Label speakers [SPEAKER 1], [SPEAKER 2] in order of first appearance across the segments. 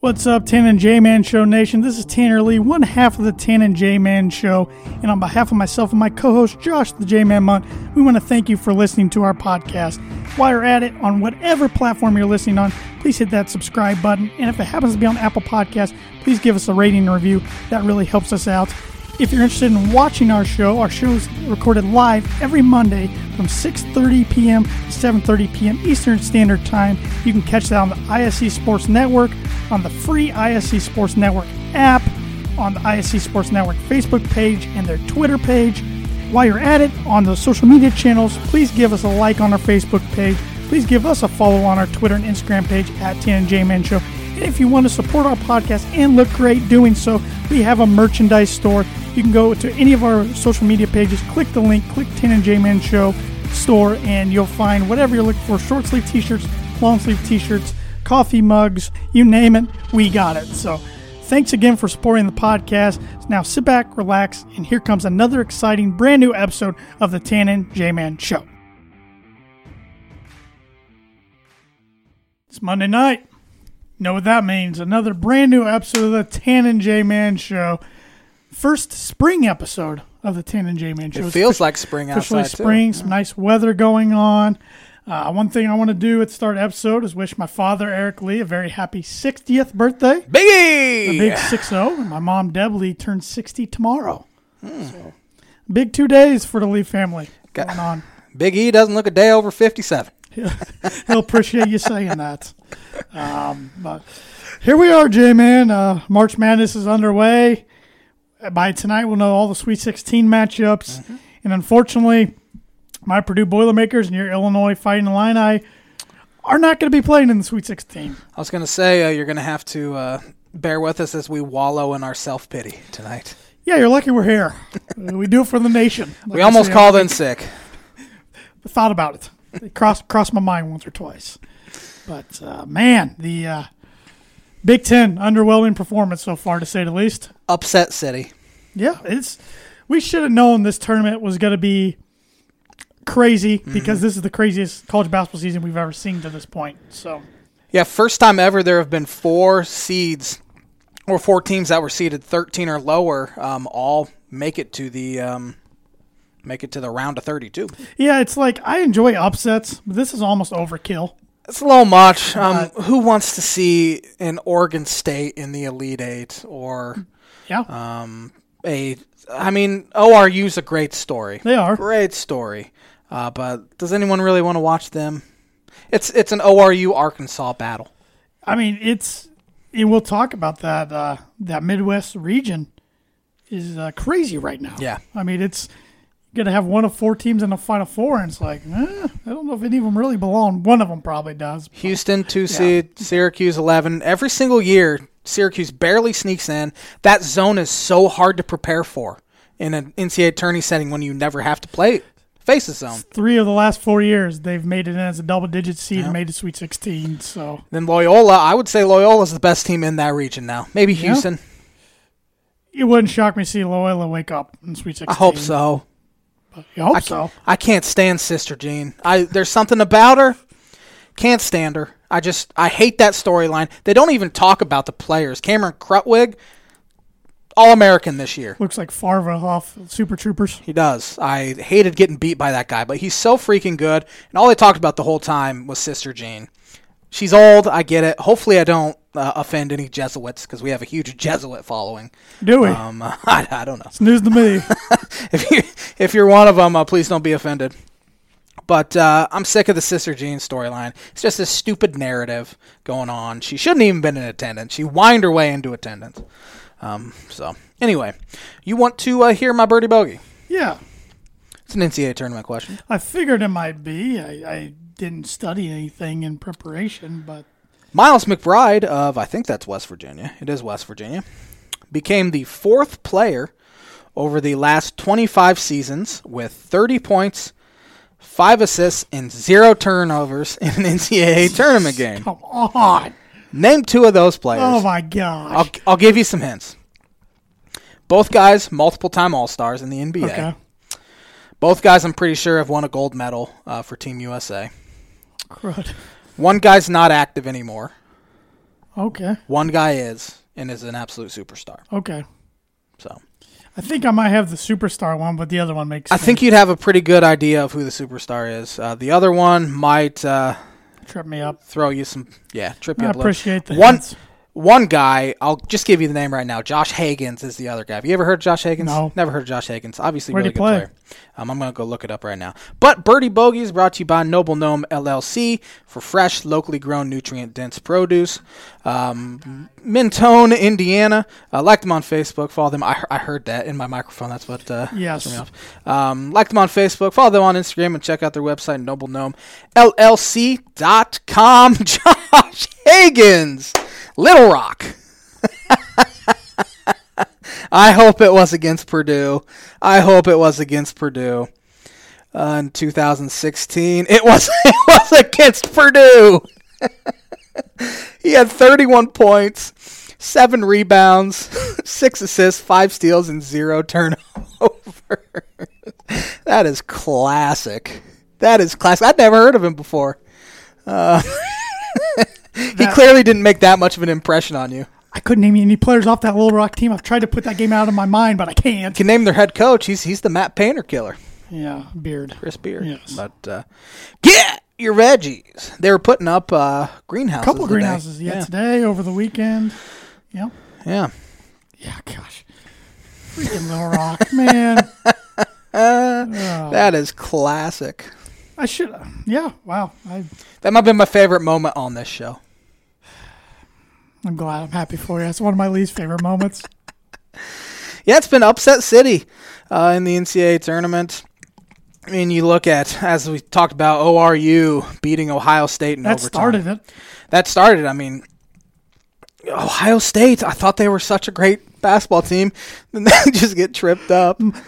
[SPEAKER 1] What's up, Tan and J Man Show Nation? This is Tanner Lee, one half of the Tan and J Man Show. And on behalf of myself and my co host, Josh the J Man Monk, we want to thank you for listening to our podcast. While you're at it, on whatever platform you're listening on, please hit that subscribe button. And if it happens to be on Apple Podcasts, please give us a rating and review. That really helps us out. If you're interested in watching our show, our show is recorded live every Monday from 6:30 p.m. to 7:30 p.m. Eastern Standard Time. You can catch that on the ISC Sports Network, on the free ISC Sports Network app, on the ISC Sports Network Facebook page and their Twitter page. While you're at it, on those social media channels, please give us a like on our Facebook page. Please give us a follow on our Twitter and Instagram page at TNJ Man Show. And if you want to support our podcast and look great doing so, we have a merchandise store. You can go to any of our social media pages, click the link, click Tan and J Man Show store, and you'll find whatever you're looking for short sleeve t shirts, long sleeve t shirts, coffee mugs, you name it, we got it. So thanks again for supporting the podcast. Now sit back, relax, and here comes another exciting brand new episode of the Tan and J Man Show. It's Monday night. You know what that means? Another brand new episode of the Tan and J Man Show. First spring episode of the Tan and J Man Show.
[SPEAKER 2] It feels like spring
[SPEAKER 1] officially
[SPEAKER 2] outside
[SPEAKER 1] spring.
[SPEAKER 2] too.
[SPEAKER 1] Some nice weather going on. Uh, one thing I want to do at the start of the episode is wish my father Eric Lee a very happy 60th birthday.
[SPEAKER 2] Biggie.
[SPEAKER 1] A big 60 and my mom Deb Lee turns 60 tomorrow. So, big 2 days for the Lee family
[SPEAKER 2] Hmm. Got-
[SPEAKER 1] going on.
[SPEAKER 2] Big E doesn't look a day over fifty-seven.
[SPEAKER 1] He'll appreciate you saying that. Um, but here we are, J Man. Uh, March Madness is underway. By tonight, we'll know all the Sweet 16 matchups.
[SPEAKER 2] Mm-hmm.
[SPEAKER 1] And unfortunately, my Purdue Boilermakers and your Illinois Fighting Illini are not going to be playing in the Sweet 16.
[SPEAKER 2] I was gonna say uh, you're gonna have to uh, bear with us as we wallow in our self-pity tonight.
[SPEAKER 1] Yeah, you're lucky we're here. Uh, we do it for the nation. Like
[SPEAKER 2] We
[SPEAKER 1] I
[SPEAKER 2] almost
[SPEAKER 1] say,
[SPEAKER 2] called in sick.
[SPEAKER 1] I thought about it. It crossed, crossed my mind once or twice. But uh, man, the uh, Big Ten underwhelming performance so far, to say the least.
[SPEAKER 2] Upset city.
[SPEAKER 1] Yeah, it's we should have known this tournament was going to be crazy because this is the craziest college basketball season we've ever seen to this point. So
[SPEAKER 2] Yeah, first time ever there have been four seeds or four teams that were seeded 13 or lower um, all make it to the um, make it to the round of 32.
[SPEAKER 1] yeah, it's like I enjoy upsets, but this is almost overkill.
[SPEAKER 2] It's a little much. Um,
[SPEAKER 1] Uh,
[SPEAKER 2] who wants to see an Oregon State in the Elite Eight or
[SPEAKER 1] Yeah,
[SPEAKER 2] um, a? I mean, ORU's a great story.
[SPEAKER 1] they are.
[SPEAKER 2] Great story. Uh, but does anyone really want to watch them? It's it's an ORU Arkansas battle.
[SPEAKER 1] I mean, it's and we'll talk about that. Uh, that Midwest region is uh, crazy right now.
[SPEAKER 2] Yeah.
[SPEAKER 1] I mean it's going to have one of four teams in the Final Four, and it's like eh, I don't know if any of them really belong. One of them probably does.
[SPEAKER 2] Houston two seed, Syracuse eleven. Every single year, Syracuse barely sneaks in. That zone is so hard to prepare for in an NCAA tourney setting when you never have to play face the zone.
[SPEAKER 1] three of the last four years they've made it in as a double digit seed and made it sweet 16 so
[SPEAKER 2] Then Loyola, I would say Loyola's the best team in that region now. Maybe Houston.
[SPEAKER 1] it wouldn't shock me to see loyola wake up in sweet 16
[SPEAKER 2] I hope so.
[SPEAKER 1] i hope
[SPEAKER 2] I
[SPEAKER 1] so
[SPEAKER 2] can't, I can't stand Sister Jean. I there's something about her. Can't stand her. I just I hate that storyline. They don't even talk about the players. Cameron Crutwig, All American this year.
[SPEAKER 1] looks like farva off super troopers
[SPEAKER 2] He does. I hated getting beat by that guy, but he's so freaking good. And all they talked about the whole time was Sister Jean. She's old. I get it. Hopefully, I don't uh, offend any Jesuits because we have a huge Jesuit following.
[SPEAKER 1] do we
[SPEAKER 2] Um, I, I don't know
[SPEAKER 1] it's news to me
[SPEAKER 2] if you if you're one of them, uh, please don't be offended. But uh, I'm sick of the Sister Jean storyline. It's just this stupid narrative going on. She shouldn't even been in attendance. She whined her way into attendance. Um, so anyway, you want to uh, hear my birdie bogey?
[SPEAKER 1] yeah
[SPEAKER 2] It's an NCAA tournament question.
[SPEAKER 1] i figured it might be i, I didn't study anything in preparation but
[SPEAKER 2] Miles McBride of I think that's West Virginia. It is West Virginia. Became the fourth player over the last 25 seasons with 30 points, 5 assists and 0 turnovers in an NCAA tournament game.
[SPEAKER 1] come on
[SPEAKER 2] Name two of those players.
[SPEAKER 1] oh my gosh
[SPEAKER 2] I'll, I'll give you some hints. Both guys multiple-time All-Stars in the NBA.
[SPEAKER 1] okay
[SPEAKER 2] Both guys I'm pretty sure have won a gold medal uh, for Team USA.
[SPEAKER 1] crud
[SPEAKER 2] One guy's not active anymore.
[SPEAKER 1] Okay.
[SPEAKER 2] One guy is and is an absolute superstar.
[SPEAKER 1] Okay.
[SPEAKER 2] So
[SPEAKER 1] I think I might have the superstar one, but the other one makes
[SPEAKER 2] I
[SPEAKER 1] sense.
[SPEAKER 2] think you'd have a pretty good idea of who the superstar is. Uh, the other one might uh,
[SPEAKER 1] trip me up.
[SPEAKER 2] throw you some yeah trip you
[SPEAKER 1] I
[SPEAKER 2] up. a little.
[SPEAKER 1] appreciate the
[SPEAKER 2] one
[SPEAKER 1] hints.
[SPEAKER 2] one guy. I'll just give you the name right now. Josh Hagins is the other guy. Have you ever heard of Josh Hagins?
[SPEAKER 1] No.
[SPEAKER 2] never heard of Josh Hagins. Obviously,
[SPEAKER 1] Where'd
[SPEAKER 2] really
[SPEAKER 1] he
[SPEAKER 2] good
[SPEAKER 1] play?
[SPEAKER 2] player. Um, I'm gonna go look it up right now. But Birdie Bogey is brought to you by Noble Gnome LLC for fresh, locally grown, nutrient-dense produce. Um, Mentone, Indiana. Uh, like them on Facebook. Follow them. I, I heard that in my microphone. That's what. Uh,
[SPEAKER 1] Yes.
[SPEAKER 2] threw me off. Um, like them on Facebook. Follow them on Instagram and check out their website, Noble Gnome LLC.com. Josh Higgins, Little Rock. I hope it was against Purdue. I hope it was against Purdue. Uh, in 2016, it was it was against Purdue. he had 31 points, seven rebounds, six assists, five steals, and zero turnovers. that is classic. That is classic. I'd never heard of him before. Uh, he clearly didn't make that much of an impression on you.
[SPEAKER 1] I couldn't name any players off that Little Rock team. I've tried to put that game out of my mind, but I can't.
[SPEAKER 2] can name their head coach. He's he's the Matt Painter killer,
[SPEAKER 1] Yeah, beard.
[SPEAKER 2] Chris Beard.
[SPEAKER 1] Yes.
[SPEAKER 2] But uh, get your veggies. They were putting up uh, greenhouses.
[SPEAKER 1] A couple
[SPEAKER 2] today.
[SPEAKER 1] greenhouses. Yeah, today over the weekend. Yeah.
[SPEAKER 2] yeah.
[SPEAKER 1] Yeah. Gosh. Freaking Little Rock, man.
[SPEAKER 2] That is classic.
[SPEAKER 1] Oh, I should. Yeah. Wow. I,
[SPEAKER 2] That might have been my favorite moment on this show.
[SPEAKER 1] I'm glad. I'm happy for you. That's one of my least favorite moments.
[SPEAKER 2] Yeah, it's been upset city uh, in the NCAA tournament. I mean, you look at as we talked about ORU beating Ohio State in
[SPEAKER 1] That
[SPEAKER 2] overtime.
[SPEAKER 1] started it.
[SPEAKER 2] that started. I mean, Ohio State. I thought they were such a great basketball team, then they just get tripped up.
[SPEAKER 1] Mm,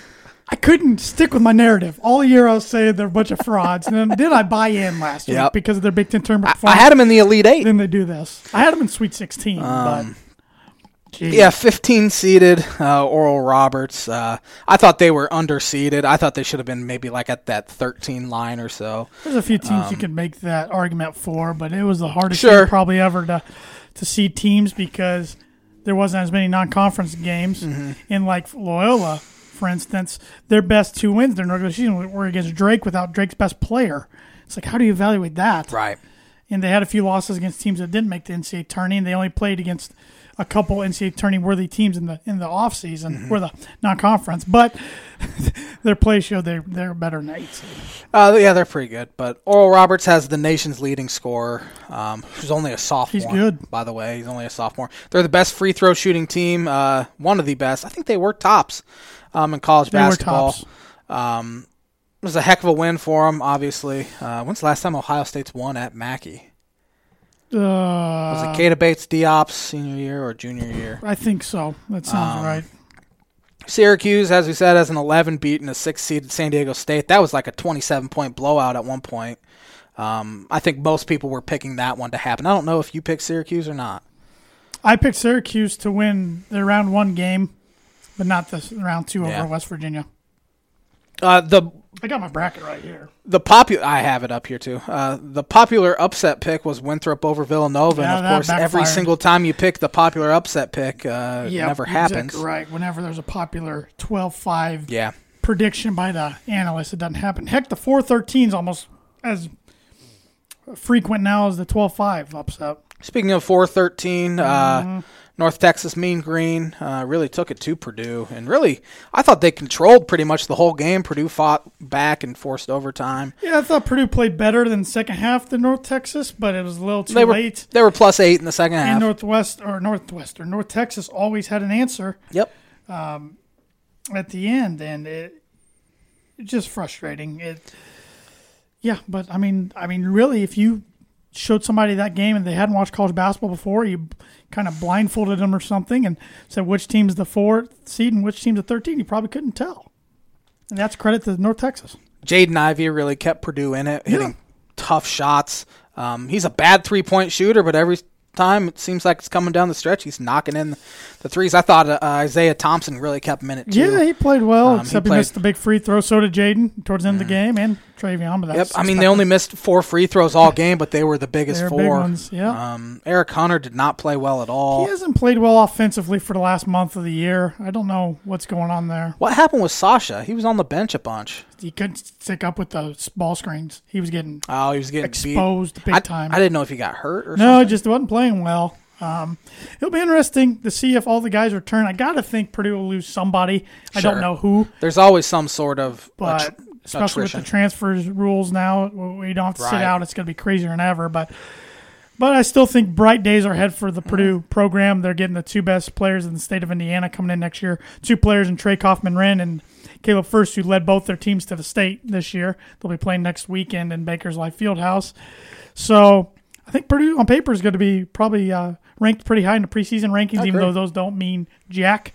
[SPEAKER 1] I couldn't stick with my narrative all year. I was saying they're a bunch of frauds, and then, then I buy in last week
[SPEAKER 2] Yep.
[SPEAKER 1] because of their Big Ten tournament.
[SPEAKER 2] I
[SPEAKER 1] performance.
[SPEAKER 2] had them in the Elite Eight.
[SPEAKER 1] Then they do this. I had them in Sweet 16, but Jeez.
[SPEAKER 2] Um, Yeah, 15 seeded uh, Oral Roberts. Uh, I thought they were underseeded. I thought they should have been maybe like at that 13 line or so.
[SPEAKER 1] there's a few teams you could make that argument for, but it was the hardest
[SPEAKER 2] Um, Sure.
[SPEAKER 1] year probably ever to to see teams because there wasn't as many non-conference games.
[SPEAKER 2] Mm-hmm.
[SPEAKER 1] And like Loyola, for instance, their best two wins during regular season were against Drake without Drake's best player. It's like how do you evaluate that?
[SPEAKER 2] Right.
[SPEAKER 1] and they had a few losses against teams that didn't make the NCAA tourney, and they only played against a couple NCAA tourney worthy teams in the in the off season or the non conference. But their play showed they they're better than eight. seed.
[SPEAKER 2] Uh, yeah, they're pretty good. But Oral Roberts has the nation's leading scorer, um, who's only a sophomore.
[SPEAKER 1] good.
[SPEAKER 2] By the way, he's only a sophomore. They're the best free throw shooting team, uh, one of the best. I think they were tops um, in college
[SPEAKER 1] They were
[SPEAKER 2] basketball.
[SPEAKER 1] tops.
[SPEAKER 2] Um, it was a heck of a win for them, obviously. Uh, when's the last time Ohio State's won at Mackey?
[SPEAKER 1] Uh,
[SPEAKER 2] Was it Kata Bates Diop's senior year or junior year?
[SPEAKER 1] I think so. That sounds
[SPEAKER 2] Um,
[SPEAKER 1] right.
[SPEAKER 2] Syracuse, as we said, has an 11 beat and a six seeded San Diego State. That was like a 27 point blowout at one point. Um, I think most people were picking that one to happen. I don't know if you picked Syracuse or not.
[SPEAKER 1] I picked Syracuse to win their round one game, but not the round two
[SPEAKER 2] Yeah.
[SPEAKER 1] over West Virginia.
[SPEAKER 2] Uh, the
[SPEAKER 1] I got my bracket right here.
[SPEAKER 2] the popular I have it up here too. Uh, the popular upset pick was Winthrop over Villanova,
[SPEAKER 1] Yeah,
[SPEAKER 2] and of
[SPEAKER 1] that
[SPEAKER 2] course, every
[SPEAKER 1] backfired.
[SPEAKER 2] single time you pick the popular upset pick, uh, it
[SPEAKER 1] Yeah,
[SPEAKER 2] never
[SPEAKER 1] exactly
[SPEAKER 2] happens.
[SPEAKER 1] Right. Whenever there's a popular 12-5
[SPEAKER 2] Yeah,
[SPEAKER 1] prediction by the analyst. It doesn't happen. Heck, the 413 is almost as frequent now as the 12-5 upset.
[SPEAKER 2] Speaking of 413,
[SPEAKER 1] Mm-hmm.
[SPEAKER 2] uh, North Texas Mean Green uh, really took it to Purdue, and really, I thought they controlled pretty much the whole game. Purdue fought back and forced overtime.
[SPEAKER 1] Yeah, I thought Purdue played better than second half than North Texas, but it was a little too
[SPEAKER 2] They were
[SPEAKER 1] late.
[SPEAKER 2] they were plus eight in the second half.
[SPEAKER 1] And Northwest or Northwest or North Texas always had an answer
[SPEAKER 2] yep,
[SPEAKER 1] at the end, and it it's just frustrating. It, yeah, but I mean, I mean, really, if you showed somebody that game and they hadn't watched college basketball before, you kind of blindfolded them or something and said which team's the fourth seed and which team's the thirteen, you probably couldn't tell. And that's credit to North Texas.
[SPEAKER 2] Jaden Ivey really kept Purdue in it, hitting tough shots. Um, he's a bad three point shooter, but every time it seems like it's coming down the stretch, he's knocking in the threes. I thought uh, Isaiah Thompson really kept him in it too.
[SPEAKER 1] Yeah, he played well,
[SPEAKER 2] Um, he
[SPEAKER 1] except he,
[SPEAKER 2] played-
[SPEAKER 1] missed the big free throw. So did Jaden towards the end of the game, and Travion, but
[SPEAKER 2] Yep.
[SPEAKER 1] that's
[SPEAKER 2] I mean, they only missed four free throws all game, but they were the biggest
[SPEAKER 1] They were
[SPEAKER 2] four.
[SPEAKER 1] big ones, yeah.
[SPEAKER 2] Um, Eric Connor did not play well at all.
[SPEAKER 1] He hasn't played well offensively for the last month of the year. I don't know what's going on there.
[SPEAKER 2] What happened with Sasha? He was on the bench a bunch.
[SPEAKER 1] He couldn't stick up with the s- ball screens. He was getting
[SPEAKER 2] Oh, he was getting beat.
[SPEAKER 1] exposed big
[SPEAKER 2] I,
[SPEAKER 1] time.
[SPEAKER 2] I didn't know if he got hurt or
[SPEAKER 1] no,
[SPEAKER 2] something.
[SPEAKER 1] he just wasn't playing well. Um, it'll be interesting to see if all the guys return. I gotta think Purdue will lose somebody. I
[SPEAKER 2] Sure.
[SPEAKER 1] don't know who,
[SPEAKER 2] There's always some sort of
[SPEAKER 1] but
[SPEAKER 2] attr-
[SPEAKER 1] especially with
[SPEAKER 2] attrition.
[SPEAKER 1] the transfers rules now, we don't have to sit
[SPEAKER 2] Right.
[SPEAKER 1] out. It's gonna be crazier than ever. But but I still think bright days are ahead for the Purdue
[SPEAKER 2] Mm-hmm.
[SPEAKER 1] program. They're getting the two best players in the state of Indiana coming in next year. Two players in Trey Kaufman Wren and Caleb First, who led both their teams to the state this year. They'll be playing next weekend in Baker's Life Fieldhouse. So I think Purdue on paper is going to be probably uh, ranked pretty high in the preseason rankings, even
[SPEAKER 2] agree.
[SPEAKER 1] though those don't mean jack.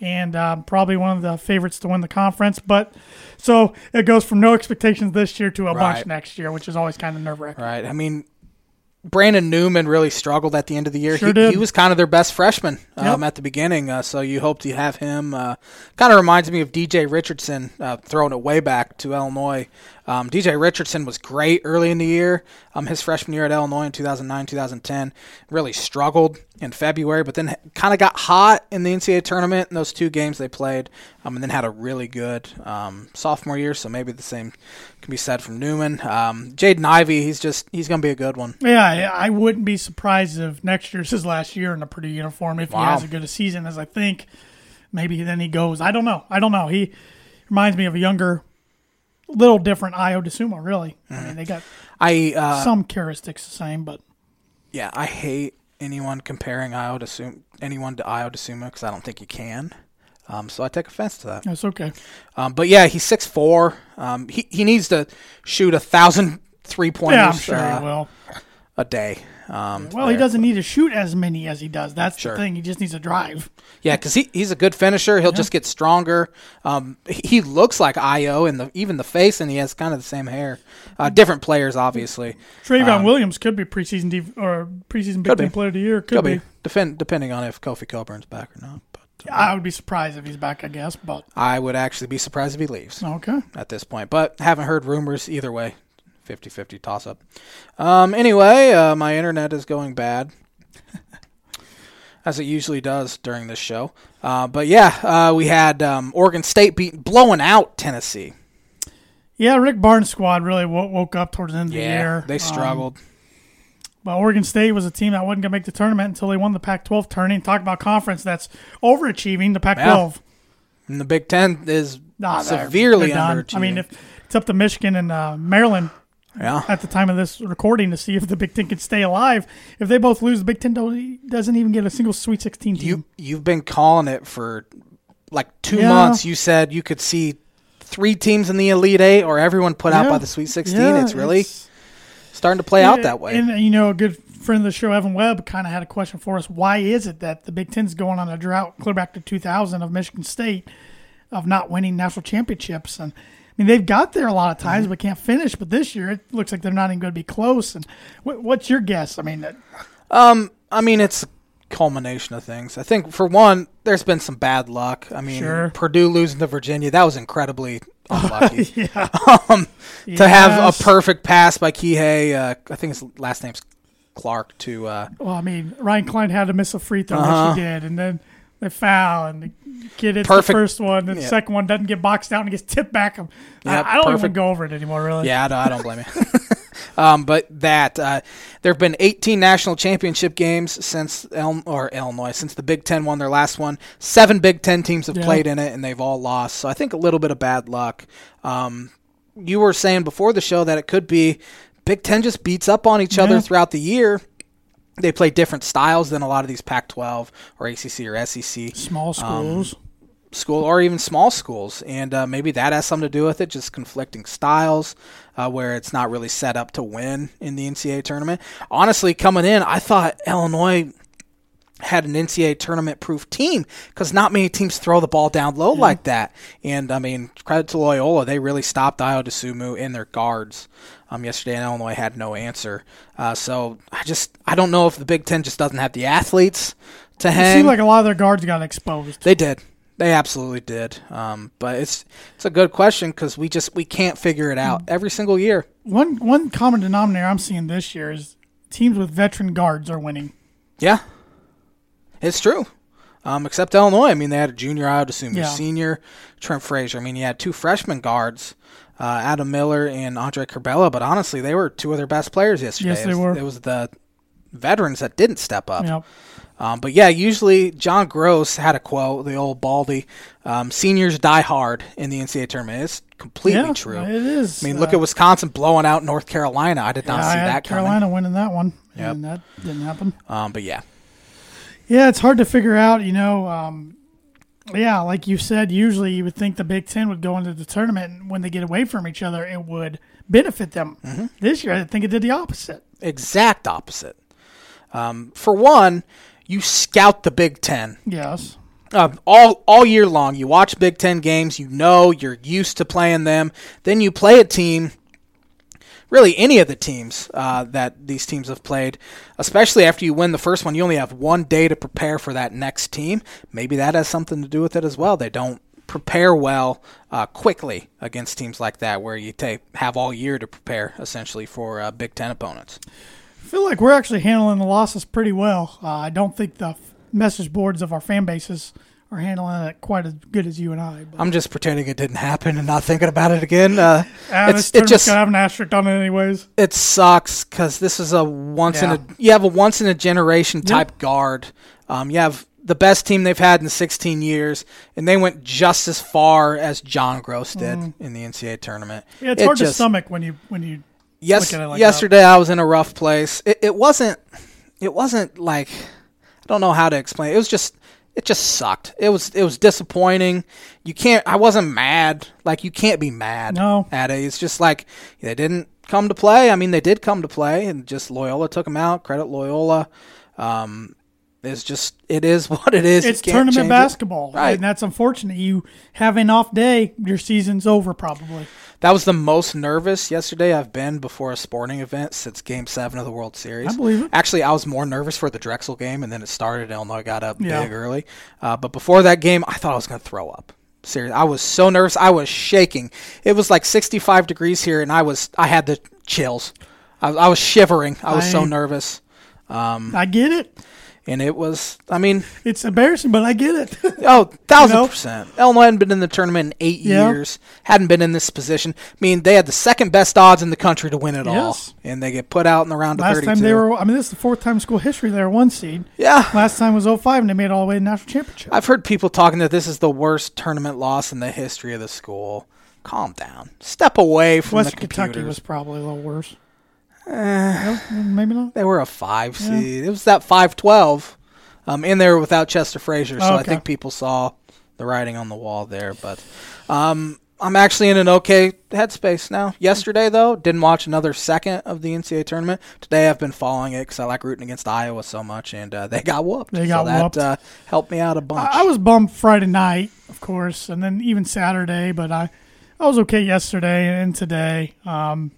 [SPEAKER 1] And uh, probably one of the favorites to win the conference. But so it goes from no expectations this year to a
[SPEAKER 2] Right.
[SPEAKER 1] bunch next year, which is always kind of nerve wracking.
[SPEAKER 2] Right. I mean, Brandon Newman really struggled at the end of the year.
[SPEAKER 1] Sure
[SPEAKER 2] he,
[SPEAKER 1] did.
[SPEAKER 2] he was kind of their best freshman um,
[SPEAKER 1] Yep.
[SPEAKER 2] at the beginning, uh, so you hoped you'd have him. Uh, kind of reminds me of DJ Richardson uh, throwing it way back to Illinois. Um, DJ Richardson was great early in the year. Um, his freshman year at Illinois in 2009, 2010, really struggled in February, but then kind of got hot in the NCAA tournament in those two games they played, um, and then had a really good um, sophomore year. So maybe the same can be said from Newman. Um, Jaden Ivey, he's just he's going to be a good one.
[SPEAKER 1] Yeah, I I wouldn't be surprised if next year's his last year in a Purdue uniform if
[SPEAKER 2] Wow.
[SPEAKER 1] he has as good a season as I think. Maybe then he goes. I don't know. I don't know. He reminds me of a younger, little different Io DeSumo, really. I mean, they got
[SPEAKER 2] I uh,
[SPEAKER 1] some characteristics the same, but
[SPEAKER 2] yeah, I hate anyone comparing Io to Sum- anyone to Io DeSumo because I don't think you can. Um, so I take offense to that.
[SPEAKER 1] that's okay.
[SPEAKER 2] Um, but yeah, he's six four. Um, he he needs to shoot a thousand three pointers
[SPEAKER 1] Yeah, I'm sure
[SPEAKER 2] uh,
[SPEAKER 1] he will.
[SPEAKER 2] a day. Um,
[SPEAKER 1] Well, he
[SPEAKER 2] there.
[SPEAKER 1] doesn't need to shoot as many as he does. That's
[SPEAKER 2] Sure.
[SPEAKER 1] the thing. He just needs to drive.
[SPEAKER 2] Yeah, because he, he's a good finisher. He'll just get stronger. Um, he- he looks like Io in the even the face, and he has kind of the same hair. Uh, different players, obviously.
[SPEAKER 1] Trayvon Williams could be preseason D or preseason
[SPEAKER 2] Um,
[SPEAKER 1] Big
[SPEAKER 2] could be.
[SPEAKER 1] Ten Player of the Year. Could,
[SPEAKER 2] Could
[SPEAKER 1] be.
[SPEAKER 2] be defend, depending on if Kofi Coburn's back or not. But
[SPEAKER 1] I would be surprised if he's back. I guess, but
[SPEAKER 2] I would actually be surprised if he leaves.
[SPEAKER 1] okay.
[SPEAKER 2] at this point, but haven't heard rumors either way. 50 50 toss up. Um, anyway, uh, my internet is going bad, as it usually does during this show. Uh, but yeah, uh, we had um, Oregon State beat, blowing out Tennessee.
[SPEAKER 1] Yeah, Rick Barnes' squad really wo- woke up towards the end of the
[SPEAKER 2] Yeah,
[SPEAKER 1] year.
[SPEAKER 2] they
[SPEAKER 1] Um,
[SPEAKER 2] struggled.
[SPEAKER 1] but Oregon State was a team that wasn't going to make the tournament until they won the Pac-12 tourney. Talk about conference that's overachieving the Pac-12.
[SPEAKER 2] and the Big Ten is
[SPEAKER 1] Nah, they're-
[SPEAKER 2] severely
[SPEAKER 1] they're done.
[SPEAKER 2] underachieving.
[SPEAKER 1] I mean, if it's up to Michigan and uh, Maryland
[SPEAKER 2] yeah.
[SPEAKER 1] at the time of this recording to see if the Big Ten can stay alive. If they both lose, the Big Ten don't- e, doesn't even get a single Sweet 16 team.
[SPEAKER 2] You, you've been calling it for like two
[SPEAKER 1] Yeah.
[SPEAKER 2] months. You said you could see three teams in the Elite Eight or everyone put out
[SPEAKER 1] Yeah.
[SPEAKER 2] by the Sweet 16.
[SPEAKER 1] Yeah,
[SPEAKER 2] it's really
[SPEAKER 1] it's-
[SPEAKER 2] starting to play out that way.
[SPEAKER 1] And you know, a good friend of the show, Evan Webb, kind of had a question for us. Why is it that the Big Ten's going on a drought clear back to 2000 of Michigan State of not winning national championships? And I mean, they've got there a lot of times
[SPEAKER 2] Mm-hmm.
[SPEAKER 1] but can't finish. But this year, it looks like they're not even going to be close. And what, what's your guess? I mean, that-
[SPEAKER 2] I mean, it's a culmination of things. I think for one, there's been some bad luck. I mean,
[SPEAKER 1] Sure.
[SPEAKER 2] Purdue losing to Virginia that was incredibly unlucky.
[SPEAKER 1] yeah,
[SPEAKER 2] um, To have
[SPEAKER 1] Yes.
[SPEAKER 2] a perfect pass by Kihei, uh, I think his last name's Clark. To uh,
[SPEAKER 1] well, I mean, Ryan Klein had to miss a free throw,
[SPEAKER 2] Uh-huh.
[SPEAKER 1] which he did, and then. They foul and the kid hits
[SPEAKER 2] Perfect-
[SPEAKER 1] the first one, and the
[SPEAKER 2] yeah.
[SPEAKER 1] second one doesn't get boxed out and gets tipped back. I,
[SPEAKER 2] Yep,
[SPEAKER 1] I don't even
[SPEAKER 2] perfect.
[SPEAKER 1] go over it anymore, really.
[SPEAKER 2] yeah, I don't, I don't blame you. um, but that uh, there have been 18 national championship games since El- or Illinois since the Big Ten won their last one. Seven Big Ten teams have
[SPEAKER 1] Yeah.
[SPEAKER 2] played in it, and they've all lost. So I think a little bit of bad luck. Um, you were saying before the show that it could be Big Ten just beats up on each other
[SPEAKER 1] Yeah.
[SPEAKER 2] throughout the year. They play different styles than a lot of these Pac-12 or ACC or E SEC
[SPEAKER 1] Small schools.
[SPEAKER 2] school or even small schools and uh, maybe that has something to do with it just conflicting styles uh, where it's not really set up to win in the ncaa tournament honestly coming in i thought illinois had an ncaa tournament proof team because not many teams throw the ball down low like that and i mean credit to loyola they really stopped io DeSumo in their guards um, yesterday and illinois had no answer uh, so i just i don't know if the big ten just doesn't have the athletes to
[SPEAKER 1] It
[SPEAKER 2] hang
[SPEAKER 1] seemed like a lot of their guards got exposed.
[SPEAKER 2] they did. They absolutely did. Um, but it's it's a good question because we just we can't figure it out every single year.
[SPEAKER 1] One one common denominator I'm seeing this year is teams with veteran guards are winning.
[SPEAKER 2] Yeah, it's true. Um, except Illinois. I mean, they had a junior, I would assume, your
[SPEAKER 1] Yeah.
[SPEAKER 2] senior, Trent Frazier. I mean, you had two freshman guards, uh, Adam Miller and Andre Corbella. But honestly, they were two of their best players yesterday.
[SPEAKER 1] Yes, they
[SPEAKER 2] It was-
[SPEAKER 1] were.
[SPEAKER 2] It was the veterans that didn't step up.
[SPEAKER 1] Yep.
[SPEAKER 2] Um, but yeah, usually John Gross had a quote, the old Baldy, um, seniors die hard in the NCAA tournament. It's completely
[SPEAKER 1] Yeah,
[SPEAKER 2] true.
[SPEAKER 1] it is.
[SPEAKER 2] I mean, look
[SPEAKER 1] Uh,
[SPEAKER 2] at Wisconsin blowing out North Carolina. I did not
[SPEAKER 1] I
[SPEAKER 2] see
[SPEAKER 1] had
[SPEAKER 2] that
[SPEAKER 1] Carolina winning that one,
[SPEAKER 2] Yep.
[SPEAKER 1] and that didn't happen.
[SPEAKER 2] coming. Um, but yeah,
[SPEAKER 1] Yeah, it's hard to figure out. You know, um, yeah, like you said, usually you would think the Big Ten would go into the tournament, and when they get away from each other, it would benefit them.
[SPEAKER 2] Mm-hmm.
[SPEAKER 1] This year, I think it did the opposite.
[SPEAKER 2] exact opposite. Um, for one, you scout the Big Ten
[SPEAKER 1] Yes,
[SPEAKER 2] uh, all all year long. You watch Big Ten games. You know you're used to playing them. Then you play a team, really any of the teams uh, that these teams have played. Especially after you win the first one, you only have one day to prepare for that next team. Maybe that has something to do with it as well. They don't prepare well uh, quickly against teams like that, where you take have all year to prepare essentially for uh, Big Ten opponents.
[SPEAKER 1] I feel like we're actually handling the losses pretty well. Uh, I don't think the f- message boards of our fan bases are handling it quite as good as you and I. But
[SPEAKER 2] I'm just pretending it didn't happen and not thinking about it again. Uh,
[SPEAKER 1] Ah,
[SPEAKER 2] it's,
[SPEAKER 1] this
[SPEAKER 2] it
[SPEAKER 1] tournament's
[SPEAKER 2] just
[SPEAKER 1] gonna have an asterisk on it, anyways.
[SPEAKER 2] it sucks because this is a once in
[SPEAKER 1] Yeah.
[SPEAKER 2] a you have a once in a generation type guard. Um, you have the best team they've had in 16 years, and they went just as far as John Gross did in the NCAA tournament.
[SPEAKER 1] Mm. Yeah, it's
[SPEAKER 2] It
[SPEAKER 1] hard to
[SPEAKER 2] just-
[SPEAKER 1] stomach when you when you
[SPEAKER 2] Yes,
[SPEAKER 1] look at it like
[SPEAKER 2] yesterday I was in a rough place. It, it wasn't. It wasn't like I don't know how to explain. It, it was just. It just sucked. It was. It was disappointing. You can't. I wasn't mad. Like you can't be mad.
[SPEAKER 1] No.
[SPEAKER 2] At it. It's just like they didn't come to play. I mean, they did come to play, and just Loyola took them out. Credit Loyola. Um, it's just. It is what it is. You
[SPEAKER 1] it's
[SPEAKER 2] can't
[SPEAKER 1] tournament
[SPEAKER 2] change it.
[SPEAKER 1] basketball,
[SPEAKER 2] Right.
[SPEAKER 1] And that's unfortunate. You have an off day, your season's over probably.
[SPEAKER 2] That was the most nervous yesterday I've been before a sporting event since Game Seven of the World Series.
[SPEAKER 1] I believe it.
[SPEAKER 2] Actually, I was more nervous for the Drexel game, and then it started. and Illinois got up
[SPEAKER 1] Yeah.
[SPEAKER 2] big early, uh, but before that game, I thought I was going to throw up. Seriously, I was so nervous. I was shaking. It was like 65 degrees here, and I was I had the chills. I, I was shivering. I was
[SPEAKER 1] I-
[SPEAKER 2] so nervous, Mm.
[SPEAKER 1] I get it.
[SPEAKER 2] and it was. I mean,
[SPEAKER 1] It's embarrassing, but I get it.
[SPEAKER 2] Oh, thousand
[SPEAKER 1] You know?
[SPEAKER 2] percent. Illinois hadn't been in the tournament in eight
[SPEAKER 1] Yeah.
[SPEAKER 2] years. Hadn't been in this position. I mean, they had the second best odds in the country to win it
[SPEAKER 1] Yes.
[SPEAKER 2] all, and they get put out in the round of
[SPEAKER 1] Last
[SPEAKER 2] thirty-two.
[SPEAKER 1] time they were, I mean, this is the fourth time in school history they were one seed.
[SPEAKER 2] yeah,
[SPEAKER 1] Last time was 05, and they made it all the way to national championship.
[SPEAKER 2] I've heard people talking that this is the worst tournament loss in the history of the school. Calm down. Step away from
[SPEAKER 1] West
[SPEAKER 2] the
[SPEAKER 1] Kentucky
[SPEAKER 2] computers.
[SPEAKER 1] was probably a little worse. No, maybe not.
[SPEAKER 2] They were a five seed. It was that five twelve, um, in there without Chester Frazier. So I
[SPEAKER 1] Okay.
[SPEAKER 2] think people saw the writing on the wall there. But um, I'm actually in an okay headspace now. Yesterday though, didn't watch another second of the NCAA tournament. Today I've been following it because I like rooting against Iowa so much, and uh, they got whooped.
[SPEAKER 1] They got
[SPEAKER 2] so that,
[SPEAKER 1] whooped.
[SPEAKER 2] Uh, helped me out a bunch.
[SPEAKER 1] I I was bummed Friday night, of course, and then even Saturday, but I, I was okay yesterday and today. Um,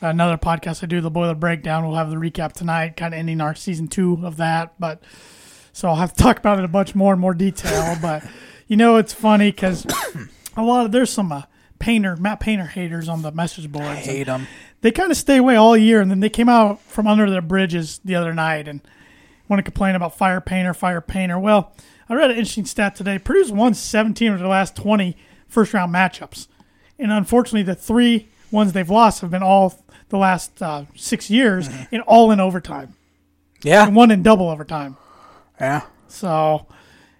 [SPEAKER 1] another podcast I do, the Boiler Breakdown, we'll have the recap tonight, kind of ending our season two of that. But so I'll have to talk about it a bunch more in more detail. but you know, it's funny because a lot of there's some uh, Painter, Matt Painter haters on the message boards.
[SPEAKER 2] I hate them.
[SPEAKER 1] they kind of stay away all year, and then they came out from under their bridges the other night and want to complain about fire painter, fire painter. Well, I read an interesting stat today. Purdue's won 17 of their last 20 first round matchups, and unfortunately, the three ones they've lost have been all the last uh, six years, and all in overtime,
[SPEAKER 2] Yeah,
[SPEAKER 1] and one in double overtime.
[SPEAKER 2] yeah.
[SPEAKER 1] So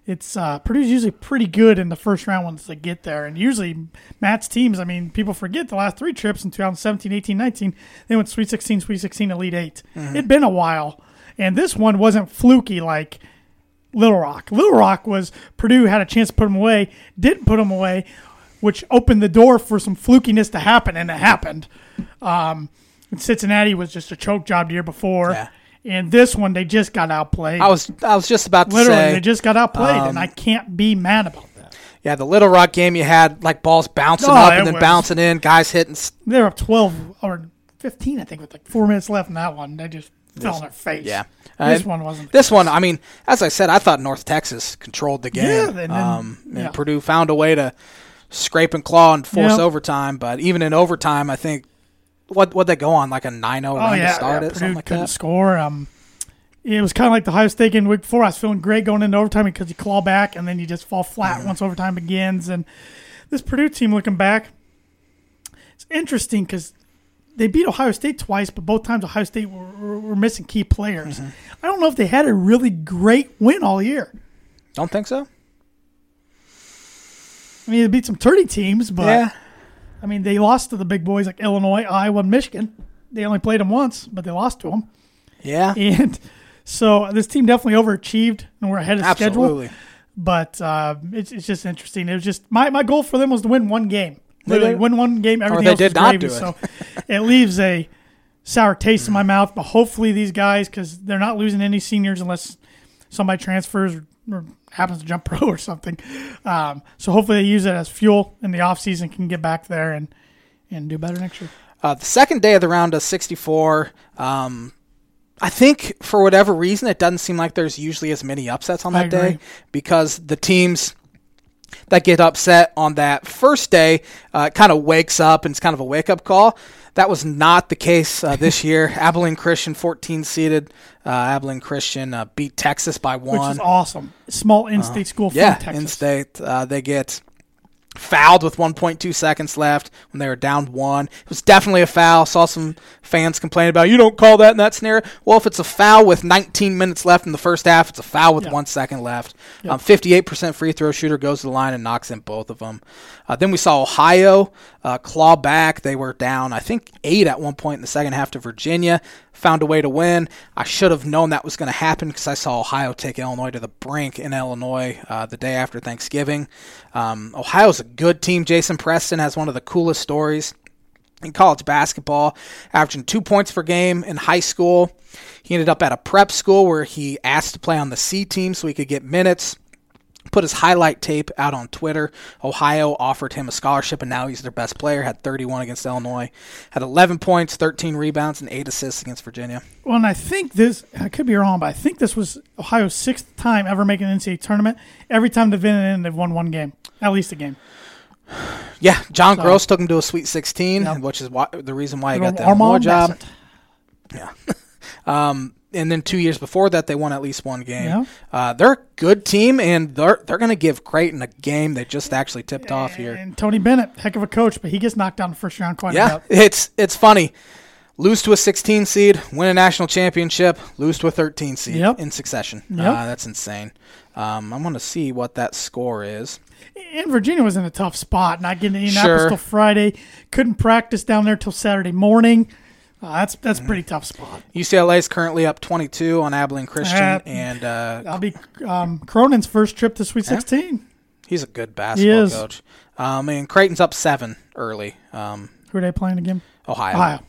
[SPEAKER 1] it's uh, Purdue's usually pretty good in the first round once they get there. And usually Matt's teams, I mean, people forget the last three trips in 2017, 18, 19, they went Sweet 16, Sweet 16, Elite 8. It'd been a while. And this one wasn't fluky like Little Rock. Little Rock was Purdue had a chance to put them away, didn't put them away, which opened the door for some flukiness to happen, and it happened. Um, Cincinnati was just a choke job the year before.
[SPEAKER 2] Yeah.
[SPEAKER 1] And this one, they just got outplayed.
[SPEAKER 2] I was I was just about to
[SPEAKER 1] Literally,
[SPEAKER 2] say um,
[SPEAKER 1] they just got outplayed, and I can't be mad about that.
[SPEAKER 2] yeah the Little Rock game you had like balls bouncing
[SPEAKER 1] Oh,
[SPEAKER 2] up
[SPEAKER 1] it
[SPEAKER 2] and then
[SPEAKER 1] was-
[SPEAKER 2] bouncing in guys hitting s-
[SPEAKER 1] They were up twelve or fifteen, I think, with like four minutes left in that one. They just fell on their face.
[SPEAKER 2] yeah. Uh,
[SPEAKER 1] This
[SPEAKER 2] And-
[SPEAKER 1] one wasn't.
[SPEAKER 2] This one, I mean, as I said, I thought North Texas controlled the game.
[SPEAKER 1] Yeah, and then-
[SPEAKER 2] um, and
[SPEAKER 1] yeah.
[SPEAKER 2] Purdue found a way to scrape and claw and force
[SPEAKER 1] Yep.
[SPEAKER 2] overtime. But even in overtime, I think what what they go on like a 9-0
[SPEAKER 1] Oh
[SPEAKER 2] run
[SPEAKER 1] yeah,
[SPEAKER 2] to start
[SPEAKER 1] yeah,
[SPEAKER 2] it,
[SPEAKER 1] Purdue
[SPEAKER 2] something like
[SPEAKER 1] couldn't
[SPEAKER 2] that.
[SPEAKER 1] score. Um, it was kind of like the Ohio State game the week before. I was feeling great going into overtime because you claw back and then you just fall flat once overtime begins. And this Purdue team, looking back, it's interesting because they beat Ohio State twice, but both times Ohio State were, were, were missing key players.
[SPEAKER 2] Mm-hmm.
[SPEAKER 1] I don't know if they had a really great win all year.
[SPEAKER 2] Don't think so.
[SPEAKER 1] I mean, they beat some dirty teams, but
[SPEAKER 2] yeah,
[SPEAKER 1] I mean, they lost to the big boys like Illinois, Iowa, and Michigan. They only played them once, but they lost to them.
[SPEAKER 2] yeah,
[SPEAKER 1] And so this team definitely overachieved and we're ahead of schedule.
[SPEAKER 2] absolutely.
[SPEAKER 1] But uh, it's, it's just interesting. It was just my, my goal for them was to win one game. Literally
[SPEAKER 2] did.
[SPEAKER 1] win one game. Everything
[SPEAKER 2] they
[SPEAKER 1] else
[SPEAKER 2] did
[SPEAKER 1] was
[SPEAKER 2] not
[SPEAKER 1] gravy.
[SPEAKER 2] do it. Mm.
[SPEAKER 1] So it leaves a sour taste in my mouth. But hopefully these guys, because they're not losing any seniors unless somebody transfers or, or happens to jump pro or something. Um, so hopefully they use it as fuel in the off season, can get back there and and do better next year.
[SPEAKER 2] Uh, the second day of the round of 64. Um, I think for whatever reason, it doesn't seem like there's usually as many upsets on
[SPEAKER 1] I
[SPEAKER 2] that day
[SPEAKER 1] agree.
[SPEAKER 2] because the teams that get upset on that first day uh, kind of wakes up and it's kind of a wake up call. That was not the case uh, this year. Abilene Christian, 14 seeded. Uh, Abilene Christian uh, beat Texas by one.
[SPEAKER 1] Which is awesome. Small in state school from
[SPEAKER 2] Uh-huh. Yeah,
[SPEAKER 1] Texas.
[SPEAKER 2] in state. Uh, they get fouled with 1.2 seconds left when they were down one. It was definitely a foul. Saw some fans complain about, you don't call that in that scenario. Well, if it's a foul with 19 minutes left in the first half, it's a foul with
[SPEAKER 1] Yeah.
[SPEAKER 2] one second left. Um, 58% free throw shooter goes to the line and knocks in both of them. Uh, then we saw Ohio uh, claw back. They were down, I think, eight at one point in the second half to Virginia. Found a way to win. I should have known that was going to happen because I saw Ohio take Illinois to the brink in Illinois uh, the day after Thanksgiving. Um, Ohio's a good team. Jason Preston has one of the coolest stories in college basketball, averaging two points per game in high school. He ended up at a prep school where he asked to play on the C team so he could get minutes. Put his highlight tape out on Twitter. Ohio offered him a scholarship, and now he's their best player. Had 31 against Illinois, had 11 points, 13 rebounds, and eight assists against Virginia.
[SPEAKER 1] Well, and I think this, I could be wrong, but I think this was Ohio's sixth time ever making an NCAA tournament. Every time they've been in, they've won one game, at least a game.
[SPEAKER 2] Yeah, John Gross took him to a Sweet 16, which is why, the reason why he got the Illinois
[SPEAKER 1] Armand
[SPEAKER 2] job.
[SPEAKER 1] Bassett.
[SPEAKER 2] and then two years before that, they won at least one game.
[SPEAKER 1] Yeah.
[SPEAKER 2] Uh, they're a good team, and they're they're going to give Creighton a game they just actually tipped off here.
[SPEAKER 1] And Tony Bennett, heck of a coach, but he gets knocked down the first round quite
[SPEAKER 2] Yeah,
[SPEAKER 1] a bit.
[SPEAKER 2] it's it's funny. Lose to a 16 seed, win a national championship, lose to a 13 seed
[SPEAKER 1] Yep.
[SPEAKER 2] in succession.
[SPEAKER 1] Yep.
[SPEAKER 2] Uh, that's insane. Um, I'm going to see what that score is.
[SPEAKER 1] And Virginia was in a tough spot, not getting to Indianapolis
[SPEAKER 2] Sure.
[SPEAKER 1] till Friday. Couldn't practice down there till Saturday morning. Uh, that's that's a pretty tough spot.
[SPEAKER 2] UCLA is currently up 22 on Abilene Christian,
[SPEAKER 1] Uh,
[SPEAKER 2] and uh,
[SPEAKER 1] That'll be um, Cronin's first trip to Sweet 16.
[SPEAKER 2] he's a good basketball
[SPEAKER 1] is.
[SPEAKER 2] coach. Um, and Creighton's up seven early. Um,
[SPEAKER 1] Who are they playing again? Ohio.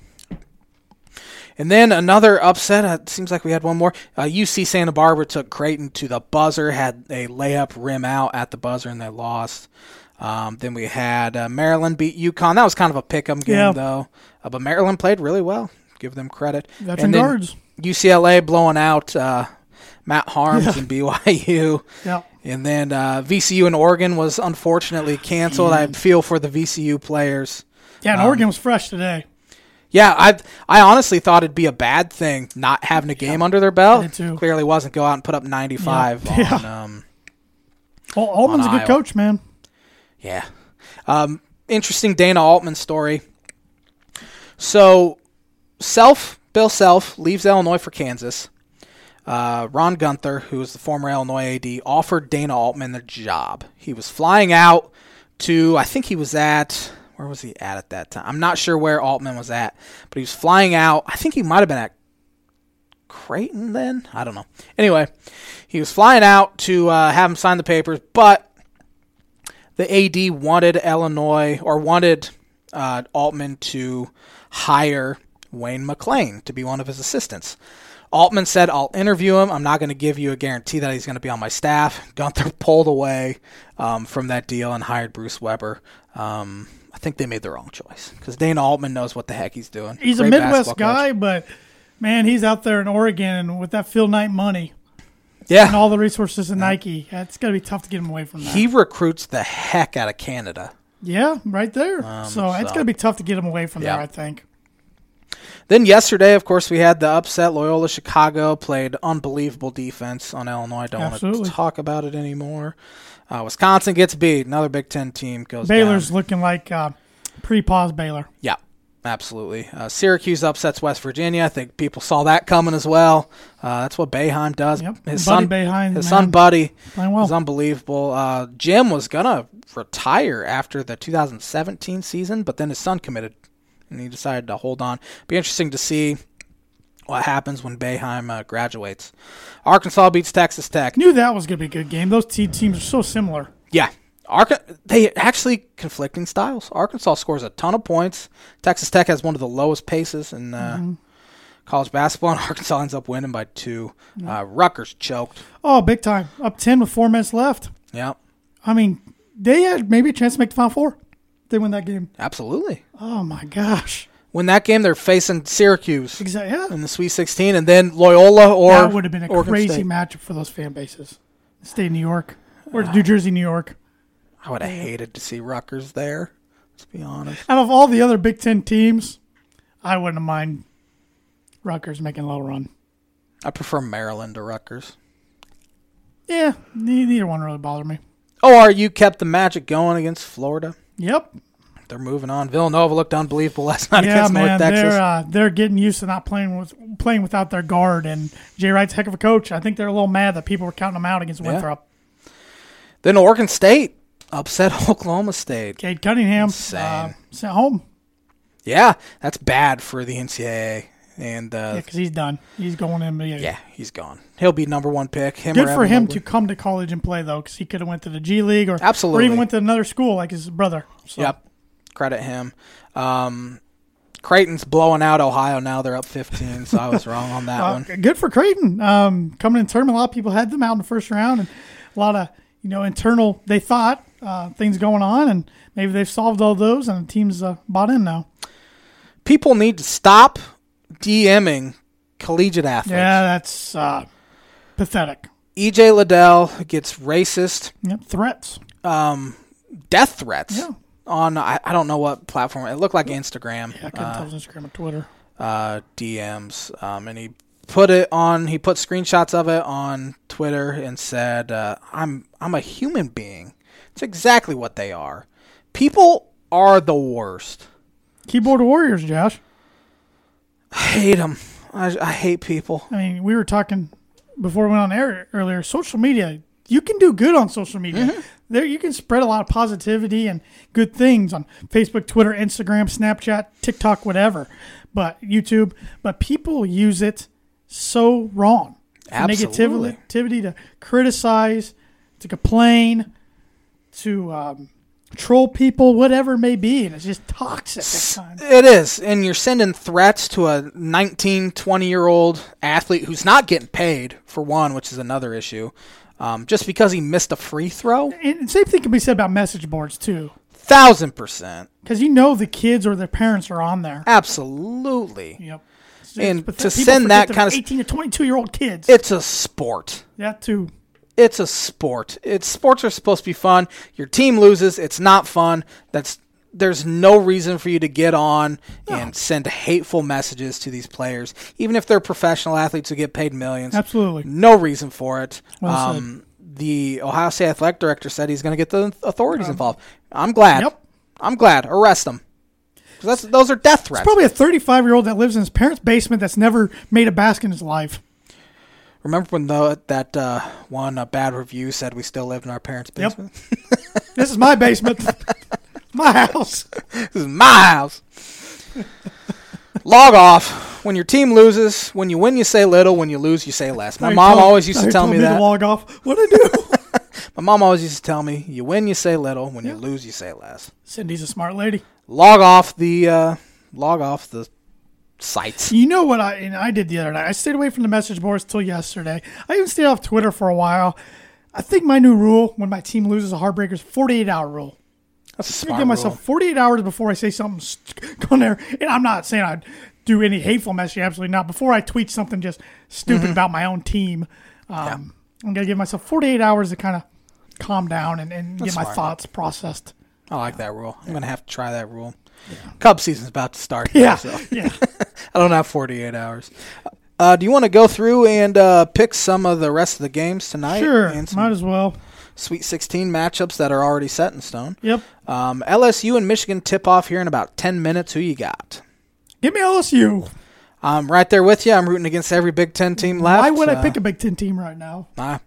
[SPEAKER 2] And then another upset. Uh, it seems like we had one more. Uh, UC Santa Barbara took Creighton to the buzzer, had a layup rim out at the buzzer, and they lost. Um, then we had uh, Maryland beat UConn. That was kind of a pick 'em game,
[SPEAKER 1] Yeah.
[SPEAKER 2] though. Uh, but Maryland played really well. Give them credit.
[SPEAKER 1] Veteran
[SPEAKER 2] and then
[SPEAKER 1] guards.
[SPEAKER 2] UCLA blowing out uh, Matt Harms and BYU.
[SPEAKER 1] Yeah.
[SPEAKER 2] And then uh, VCU in Oregon was unfortunately canceled. I feel for the VCU players.
[SPEAKER 1] Yeah,
[SPEAKER 2] Um,
[SPEAKER 1] and Oregon was fresh today.
[SPEAKER 2] Yeah, I I honestly thought it'd be a bad thing not having a game under their belt.
[SPEAKER 1] did too.
[SPEAKER 2] Clearly wasn't go out and put up 95
[SPEAKER 1] Yeah.
[SPEAKER 2] on um
[SPEAKER 1] Well, Allman's a
[SPEAKER 2] on
[SPEAKER 1] good
[SPEAKER 2] Iowa.
[SPEAKER 1] coach, man.
[SPEAKER 2] yeah. Um interesting Dana Altman story. So Self, Bill Self leaves Illinois for Kansas. Uh, Ron Gunther, who was the former Illinois AD, offered Dana Altman the job. He was flying out to, I think he was at, where was he at at that time? I'm not sure where Altman was at, but he was flying out. I think he might have been at Creighton then? I don't know. Anyway, he was flying out to uh, have him sign the papers, but the AD wanted Illinois or wanted uh, Altman to hire Wayne McLean to be one of his assistants. Altman said, I'll interview him. I'm not going to give you a guarantee that he's going to be on my staff. Gunther pulled away um, from that deal and hired Bruce Weber. Um, I think they made the wrong choice because Dana Altman knows what the heck he's doing.
[SPEAKER 1] He's a
[SPEAKER 2] Great
[SPEAKER 1] Midwest
[SPEAKER 2] basketball coach.
[SPEAKER 1] guy, but Man, he's out there in Oregon with that Phil Knight money and
[SPEAKER 2] Yeah.
[SPEAKER 1] all the resources in Nike. It's got to be tough to get him away from that.
[SPEAKER 2] He recruits the heck out of Canada.
[SPEAKER 1] yeah, right there. so, it's
[SPEAKER 2] so-
[SPEAKER 1] got to be tough to get him away from there,
[SPEAKER 2] Um, Yeah.
[SPEAKER 1] I think.
[SPEAKER 2] Then yesterday, of course, we had the upset. Loyola Chicago played unbelievable defense on Illinois. Don't want
[SPEAKER 1] Absolutely.
[SPEAKER 2] to talk about it anymore. Uh, Wisconsin gets beat. Another Big Ten team goes
[SPEAKER 1] Baylor's
[SPEAKER 2] down.
[SPEAKER 1] looking like uh, pre-pause Baylor.
[SPEAKER 2] Yeah, absolutely. Uh, Syracuse upsets West Virginia. I think people saw that coming as well. Uh, that's what Bayheim does.
[SPEAKER 1] Yep,
[SPEAKER 2] His
[SPEAKER 1] Buddy
[SPEAKER 2] son,
[SPEAKER 1] Boeheim,
[SPEAKER 2] his
[SPEAKER 1] man.
[SPEAKER 2] son Buddy,
[SPEAKER 1] Playing well.
[SPEAKER 2] was unbelievable. Uh, Jim was gonna retire after the 2017 season, but then his son committed, and he decided to hold on. Be interesting to see. What happens when Bayheim uh, graduates? Arkansas beats Texas Tech.
[SPEAKER 1] Knew that was going to be a good game. Those two teams are so similar.
[SPEAKER 2] Yeah. Arca- they actually conflicting styles. Arkansas scores a ton of points. Texas Tech has one of the lowest paces in uh, college basketball, and Arkansas ends up winning by two. Uh, Rutgers choked.
[SPEAKER 1] Oh, big time. Up 10 with four minutes left.
[SPEAKER 2] Yeah,
[SPEAKER 1] I mean, they had maybe a chance to make the Final Four. They win that game.
[SPEAKER 2] absolutely.
[SPEAKER 1] Oh, my gosh.
[SPEAKER 2] When that game, they're facing Syracuse
[SPEAKER 1] Exactly. Yeah.
[SPEAKER 2] in the Sweet 16, and then Loyola or
[SPEAKER 1] that would have been a
[SPEAKER 2] Oregon
[SPEAKER 1] crazy
[SPEAKER 2] State.
[SPEAKER 1] matchup for those fan bases. State of New York or New Jersey, New York.
[SPEAKER 2] I would have hated to see Rutgers there. Let's be honest.
[SPEAKER 1] Out of all the other Big Ten teams, I wouldn't mind Rutgers making a little run.
[SPEAKER 2] I prefer Maryland to Rutgers.
[SPEAKER 1] Yeah, ne- neither one really bothered me.
[SPEAKER 2] ORU Oh, kept the magic going against Florida.
[SPEAKER 1] Yep.
[SPEAKER 2] They're moving on. Villanova looked unbelievable last night
[SPEAKER 1] Yeah,
[SPEAKER 2] against
[SPEAKER 1] man,
[SPEAKER 2] North Texas.
[SPEAKER 1] they're uh, they're getting used to not playing with playing without their guard. And Jay Wright's a heck of a coach. I think they're a little mad that people were counting them out against Winthrop.
[SPEAKER 2] Then Oregon State upset Oklahoma State.
[SPEAKER 1] Cade Cunningham uh,
[SPEAKER 2] Insane.
[SPEAKER 1] sent home
[SPEAKER 2] Yeah, that's bad for the NCAA. And uh,
[SPEAKER 1] because he's done. He's going in. Yeah,
[SPEAKER 2] yeah, he's gone. He'll be number one pick. Him
[SPEAKER 1] Good
[SPEAKER 2] or
[SPEAKER 1] for
[SPEAKER 2] Evan
[SPEAKER 1] him to
[SPEAKER 2] Mobley.
[SPEAKER 1] come to college and play though, because he could have went to the G League or or
[SPEAKER 2] Absolutely.
[SPEAKER 1] even went to another school like his brother. So,
[SPEAKER 2] Yep, credit him. Um, Creighton's blowing out Ohio now. They're up 15, so I was wrong on that
[SPEAKER 1] uh,
[SPEAKER 2] one.
[SPEAKER 1] good for Creighton. Um, coming in tournament, a lot of people had them out in the first round, and a lot of you know internal they thought uh, things going on, and maybe they've solved all those, and the team's uh, bought in now.
[SPEAKER 2] People need to stop DMing collegiate athletes.
[SPEAKER 1] Yeah, that's uh, pathetic.
[SPEAKER 2] EJ Liddell gets racist um,
[SPEAKER 1] Yep, threats.
[SPEAKER 2] death threats
[SPEAKER 1] Yeah.
[SPEAKER 2] on, I, I don't know what platform. It looked like Instagram.
[SPEAKER 1] Yeah, I couldn't tell it was Instagram or Twitter.
[SPEAKER 2] uh, DMs, um, and he put it on. He put screenshots of it on Twitter and said, uh, "I'm I'm a human being. It's exactly what they are. People are the worst.
[SPEAKER 1] Keyboard warriors, Josh.
[SPEAKER 2] I hate them. I, I hate people.
[SPEAKER 1] I mean, we were talking before we went on air earlier. Social media, you can do good on social media. There, you can spread a lot of positivity and good things on Facebook, Twitter, Instagram, Snapchat, TikTok, whatever, but YouTube. But people use it so wrong. For
[SPEAKER 2] Absolutely.
[SPEAKER 1] Negativity to criticize, to complain, to um, troll people, whatever it may be, and it's just toxic at times.
[SPEAKER 2] It is, and you're sending threats to a 19, 20 year old athlete who's not getting paid for one, which is another issue. Um, just because he missed a free throw,
[SPEAKER 1] And same thing can be said about message boards too.
[SPEAKER 2] thousand percent,
[SPEAKER 1] Because you know the kids or their parents are on there.
[SPEAKER 2] absolutely.
[SPEAKER 1] Yep.
[SPEAKER 2] And
[SPEAKER 1] But
[SPEAKER 2] to
[SPEAKER 1] people
[SPEAKER 2] send
[SPEAKER 1] forget
[SPEAKER 2] that
[SPEAKER 1] they're
[SPEAKER 2] kind of-
[SPEAKER 1] eighteen to twenty-two year old kids.
[SPEAKER 2] It's a sport.
[SPEAKER 1] that too.
[SPEAKER 2] it's a sport. It's sports are supposed to be fun. Your team loses, it's not fun. That's there's no reason for you to get on and send hateful messages to these players, even if they're professional athletes who get paid millions.
[SPEAKER 1] Absolutely.
[SPEAKER 2] No reason for it.
[SPEAKER 1] Well said.
[SPEAKER 2] um, the Ohio State athletic director said he's going to get the authorities involved. I'm glad.
[SPEAKER 1] Yep.
[SPEAKER 2] I'm glad. Arrest them. 'Cause That's, those are death threats.
[SPEAKER 1] Probably a thirty-five year old that lives in his parents' basement that's never made a basket in his life.
[SPEAKER 2] Remember when the, that uh, one uh, bad review said we still lived in our parents'
[SPEAKER 1] Yep.
[SPEAKER 2] basement?
[SPEAKER 1] This is my basement, my house.
[SPEAKER 2] This is my house. Log off. When your team loses, when you win, you say little. When you lose, you say less. My
[SPEAKER 1] Now you
[SPEAKER 2] mom
[SPEAKER 1] tell-
[SPEAKER 2] always used
[SPEAKER 1] now
[SPEAKER 2] to
[SPEAKER 1] you
[SPEAKER 2] tell me
[SPEAKER 1] to
[SPEAKER 2] that.
[SPEAKER 1] log off. What I do?
[SPEAKER 2] My mom always used to tell me, you win, you say little. When you lose, you say less.
[SPEAKER 1] Cindy's a smart lady.
[SPEAKER 2] Log off the uh, log off the sites.
[SPEAKER 1] You know what I and I did the other night? I stayed away from the message boards till yesterday. I even stayed off Twitter for a while. I think my new rule when my team loses a heartbreaker is forty-eight hour rule.
[SPEAKER 2] That's a
[SPEAKER 1] I
[SPEAKER 2] smart
[SPEAKER 1] give myself
[SPEAKER 2] rule.
[SPEAKER 1] 48 hours before I say something st- on there, and I'm not saying I do any hateful messaging. Absolutely not. Before I tweet something just stupid about my own team, um, I'm gonna give myself 48 hours to kind of calm down and, and get my
[SPEAKER 2] smart.
[SPEAKER 1] thoughts processed.
[SPEAKER 2] I like that rule. I'm gonna have to try that rule. Cub season's about to start.
[SPEAKER 1] Yeah,
[SPEAKER 2] so
[SPEAKER 1] yeah.
[SPEAKER 2] I don't have 48 hours. Uh, do you want to go through and uh, pick some of the rest of the games tonight?
[SPEAKER 1] Sure,
[SPEAKER 2] And some
[SPEAKER 1] might as well.
[SPEAKER 2] Sweet 16 matchups that are already set in stone.
[SPEAKER 1] Yep.
[SPEAKER 2] Um, LSU and Michigan tip off here in about 10 minutes. Who you got?
[SPEAKER 1] Give me LSU.
[SPEAKER 2] I'm right there with you. I'm rooting against every Big Ten team left.
[SPEAKER 1] Why would
[SPEAKER 2] Uh,
[SPEAKER 1] I pick a Big Ten team right now?
[SPEAKER 2] Nah.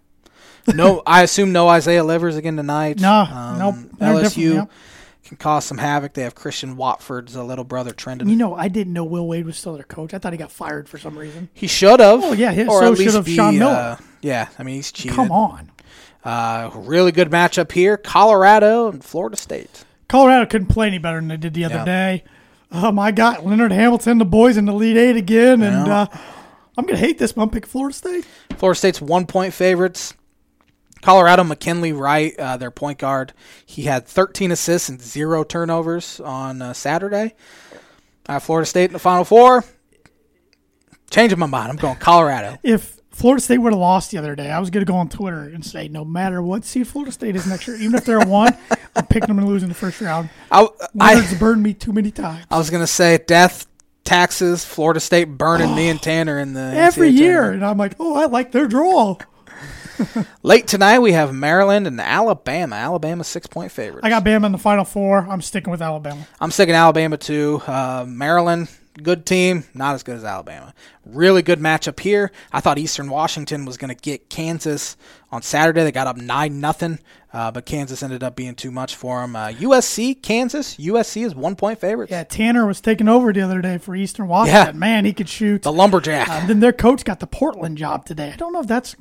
[SPEAKER 2] no, I assume no Isaiah Livers again tonight. Um,
[SPEAKER 1] No, nope. They're
[SPEAKER 2] LSU
[SPEAKER 1] different, yeah.
[SPEAKER 2] can cause some havoc. They have Christian Watford's a little brother Trendon.
[SPEAKER 1] You know, I didn't know Will Wade was still their coach. I thought he got fired for some reason.
[SPEAKER 2] he should have.
[SPEAKER 1] Oh, yeah, he-
[SPEAKER 2] or
[SPEAKER 1] so
[SPEAKER 2] at
[SPEAKER 1] should
[SPEAKER 2] least
[SPEAKER 1] have
[SPEAKER 2] be,
[SPEAKER 1] Sean Miller.
[SPEAKER 2] uh, yeah, I mean he's cheated.
[SPEAKER 1] Come on.
[SPEAKER 2] Uh, really good matchup here: Colorado and Florida State.
[SPEAKER 1] Colorado couldn't play any better than they did the other
[SPEAKER 2] Yeah.
[SPEAKER 1] day. Um, I got Leonard Hamilton, the boys in the lead eight again, and
[SPEAKER 2] Yeah.
[SPEAKER 1] uh, I'm gonna hate this. But I'm picking Florida State.
[SPEAKER 2] Florida State's one point favorites. Colorado McKinley Wright, uh, their point guard, he had 13 assists and zero turnovers on uh, Saturday. Uh, Florida State in the Final Four. Changing my mind. I'm going Colorado.
[SPEAKER 1] If Florida State would have lost the other day, I was gonna go on Twitter and say, no matter what seed Florida State is next year, even if they're a one, I'm picking them to lose in the first round.
[SPEAKER 2] I,
[SPEAKER 1] Leonard's
[SPEAKER 2] I,
[SPEAKER 1] burned me too many times.
[SPEAKER 2] I was going to say death, taxes, Florida State burning me and Tanner in the
[SPEAKER 1] Every
[SPEAKER 2] NCAA
[SPEAKER 1] year,
[SPEAKER 2] tournament.
[SPEAKER 1] and I'm like, oh, I like their draw.
[SPEAKER 2] Late tonight, we have Maryland and Alabama. Alabama six point favorites.
[SPEAKER 1] I got Bama in the Final Four. I'm sticking with Alabama.
[SPEAKER 2] I'm sticking Alabama too. Uh, Maryland, good team, not as good as Alabama. Really good matchup here. I thought Eastern Washington was going to get Kansas on Saturday. They got up nine nothing, uh, but Kansas ended up being too much for them. Uh, USC, Kansas. USC is one point favorite.
[SPEAKER 1] Yeah, Tanner was taking over the other day for Eastern Washington.
[SPEAKER 2] Yeah. Oh.
[SPEAKER 1] Man, he could shoot.
[SPEAKER 2] The lumberjack.
[SPEAKER 1] And then their coach got the Portland job today. I don't know if that's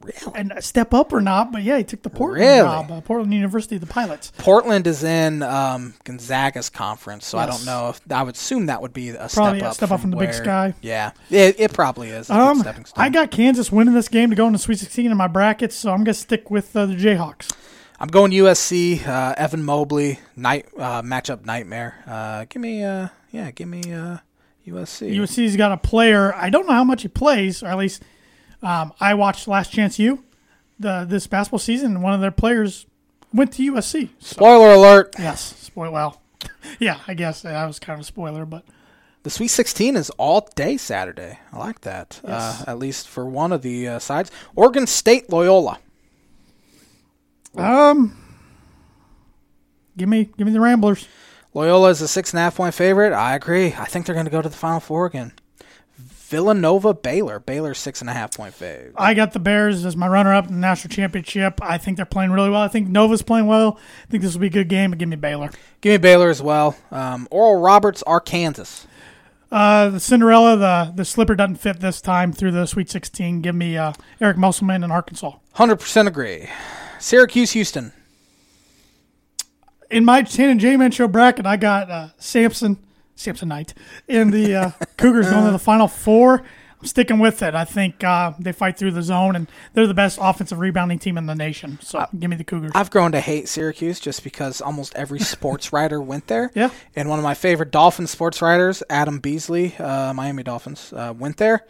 [SPEAKER 2] really?
[SPEAKER 1] an- a step up or not, but yeah, he took the Portland
[SPEAKER 2] Really?
[SPEAKER 1] job. Uh, Portland University, the Pilots.
[SPEAKER 2] Portland is in um, Gonzaga's conference, so I
[SPEAKER 1] Yes.
[SPEAKER 2] don't know if I would assume that would be a
[SPEAKER 1] Probably
[SPEAKER 2] step
[SPEAKER 1] a
[SPEAKER 2] up.
[SPEAKER 1] step up from the Big
[SPEAKER 2] where-
[SPEAKER 1] Sky.
[SPEAKER 2] Yeah, it, it probably is. a good
[SPEAKER 1] Um,
[SPEAKER 2] stepping stone.
[SPEAKER 1] I got Kansas winning this game to go into Sweet 16 in my brackets, so I'm going to stick with uh, the Jayhawks.
[SPEAKER 2] I'm going USC. Uh, Evan Mobley night uh, matchup nightmare. Uh, give me, uh, yeah, give me uh, USC.
[SPEAKER 1] USC's got a player. I don't know how much he plays, or at least um, I watched Last Chance U the, this basketball season, and one of their players went to USC. So,
[SPEAKER 2] Spoiler alert:
[SPEAKER 1] yes, spoil. Well, yeah, I guess that was kind of a spoiler, but
[SPEAKER 2] the Sweet 16 is all day Saturday. I like that.
[SPEAKER 1] Yes.
[SPEAKER 2] Uh, at least for one of the uh, sides. Oregon State Loyola.
[SPEAKER 1] um, give me give me the Ramblers.
[SPEAKER 2] Loyola is a six and a half point favorite. I agree. I think they're going to go to the Final Four again. Villanova Baylor. Baylor six and a half point favorite.
[SPEAKER 1] I got the Bears as my runner up in the national championship. I think they're playing really well. I think Nova's playing well. I think this will be a good game, but give me Baylor.
[SPEAKER 2] Give me Baylor as well. Um, Oral Roberts Arkansas.
[SPEAKER 1] Uh, the Cinderella, the the slipper doesn't fit this time through the Sweet 16. Give me uh, Eric Musselman in Arkansas.
[SPEAKER 2] Hundred percent agree. Syracuse Houston.
[SPEAKER 1] In my Tan and J Man show bracket, I got uh, Samson, Samson Knight, in the uh, Cougars going to the Final Four. I'm sticking with it. I think uh, they fight through the zone, and they're the best offensive rebounding team in the nation. So give me the Cougars.
[SPEAKER 2] I've grown to hate Syracuse just because almost every sports writer went there.
[SPEAKER 1] Yeah.
[SPEAKER 2] And one of my favorite Dolphin sports writers, Adam Beasley, uh, Miami Dolphins, uh, went there.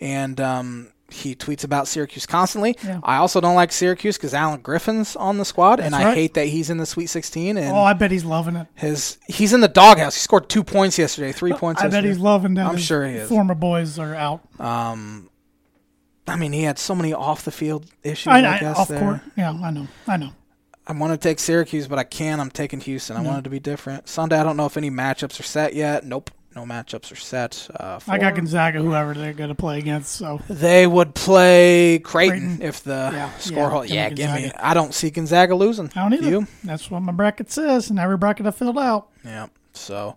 [SPEAKER 2] And um, he tweets about Syracuse constantly.
[SPEAKER 1] Yeah.
[SPEAKER 2] I also don't like Syracuse because Alan Griffin's on the squad, and
[SPEAKER 1] That's
[SPEAKER 2] I
[SPEAKER 1] right.
[SPEAKER 2] hate that he's in the Sweet 16. And
[SPEAKER 1] oh, I bet he's loving it.
[SPEAKER 2] his he's in the doghouse. He scored two points yesterday, three points
[SPEAKER 1] Oh, I bet
[SPEAKER 2] yesterday.
[SPEAKER 1] he's loving that.
[SPEAKER 2] I'm
[SPEAKER 1] his
[SPEAKER 2] sure he is.
[SPEAKER 1] Former boys are out.
[SPEAKER 2] I mean, he had so many off the field issues,
[SPEAKER 1] I,
[SPEAKER 2] I,
[SPEAKER 1] I,
[SPEAKER 2] guess.
[SPEAKER 1] off
[SPEAKER 2] there.
[SPEAKER 1] court. Yeah, I know. I know.
[SPEAKER 2] I want to take Syracuse, but I can't. I'm taking Houston. I wanted to be different. Sunday, I don't know if any matchups are set yet. Nope, no matchups are set. Uh,
[SPEAKER 1] I got
[SPEAKER 2] for-
[SPEAKER 1] Gonzaga, whoever they're going to play against. So
[SPEAKER 2] They would play Creighton,
[SPEAKER 1] Creighton.
[SPEAKER 2] if the
[SPEAKER 1] Yeah,
[SPEAKER 2] score
[SPEAKER 1] yeah,
[SPEAKER 2] hold.
[SPEAKER 1] give me
[SPEAKER 2] Yeah, give me.
[SPEAKER 1] Gonzaga.
[SPEAKER 2] I don't see Gonzaga losing.
[SPEAKER 1] I don't either.
[SPEAKER 2] You?
[SPEAKER 1] That's what my bracket says, and every bracket I filled out.
[SPEAKER 2] Yeah. So,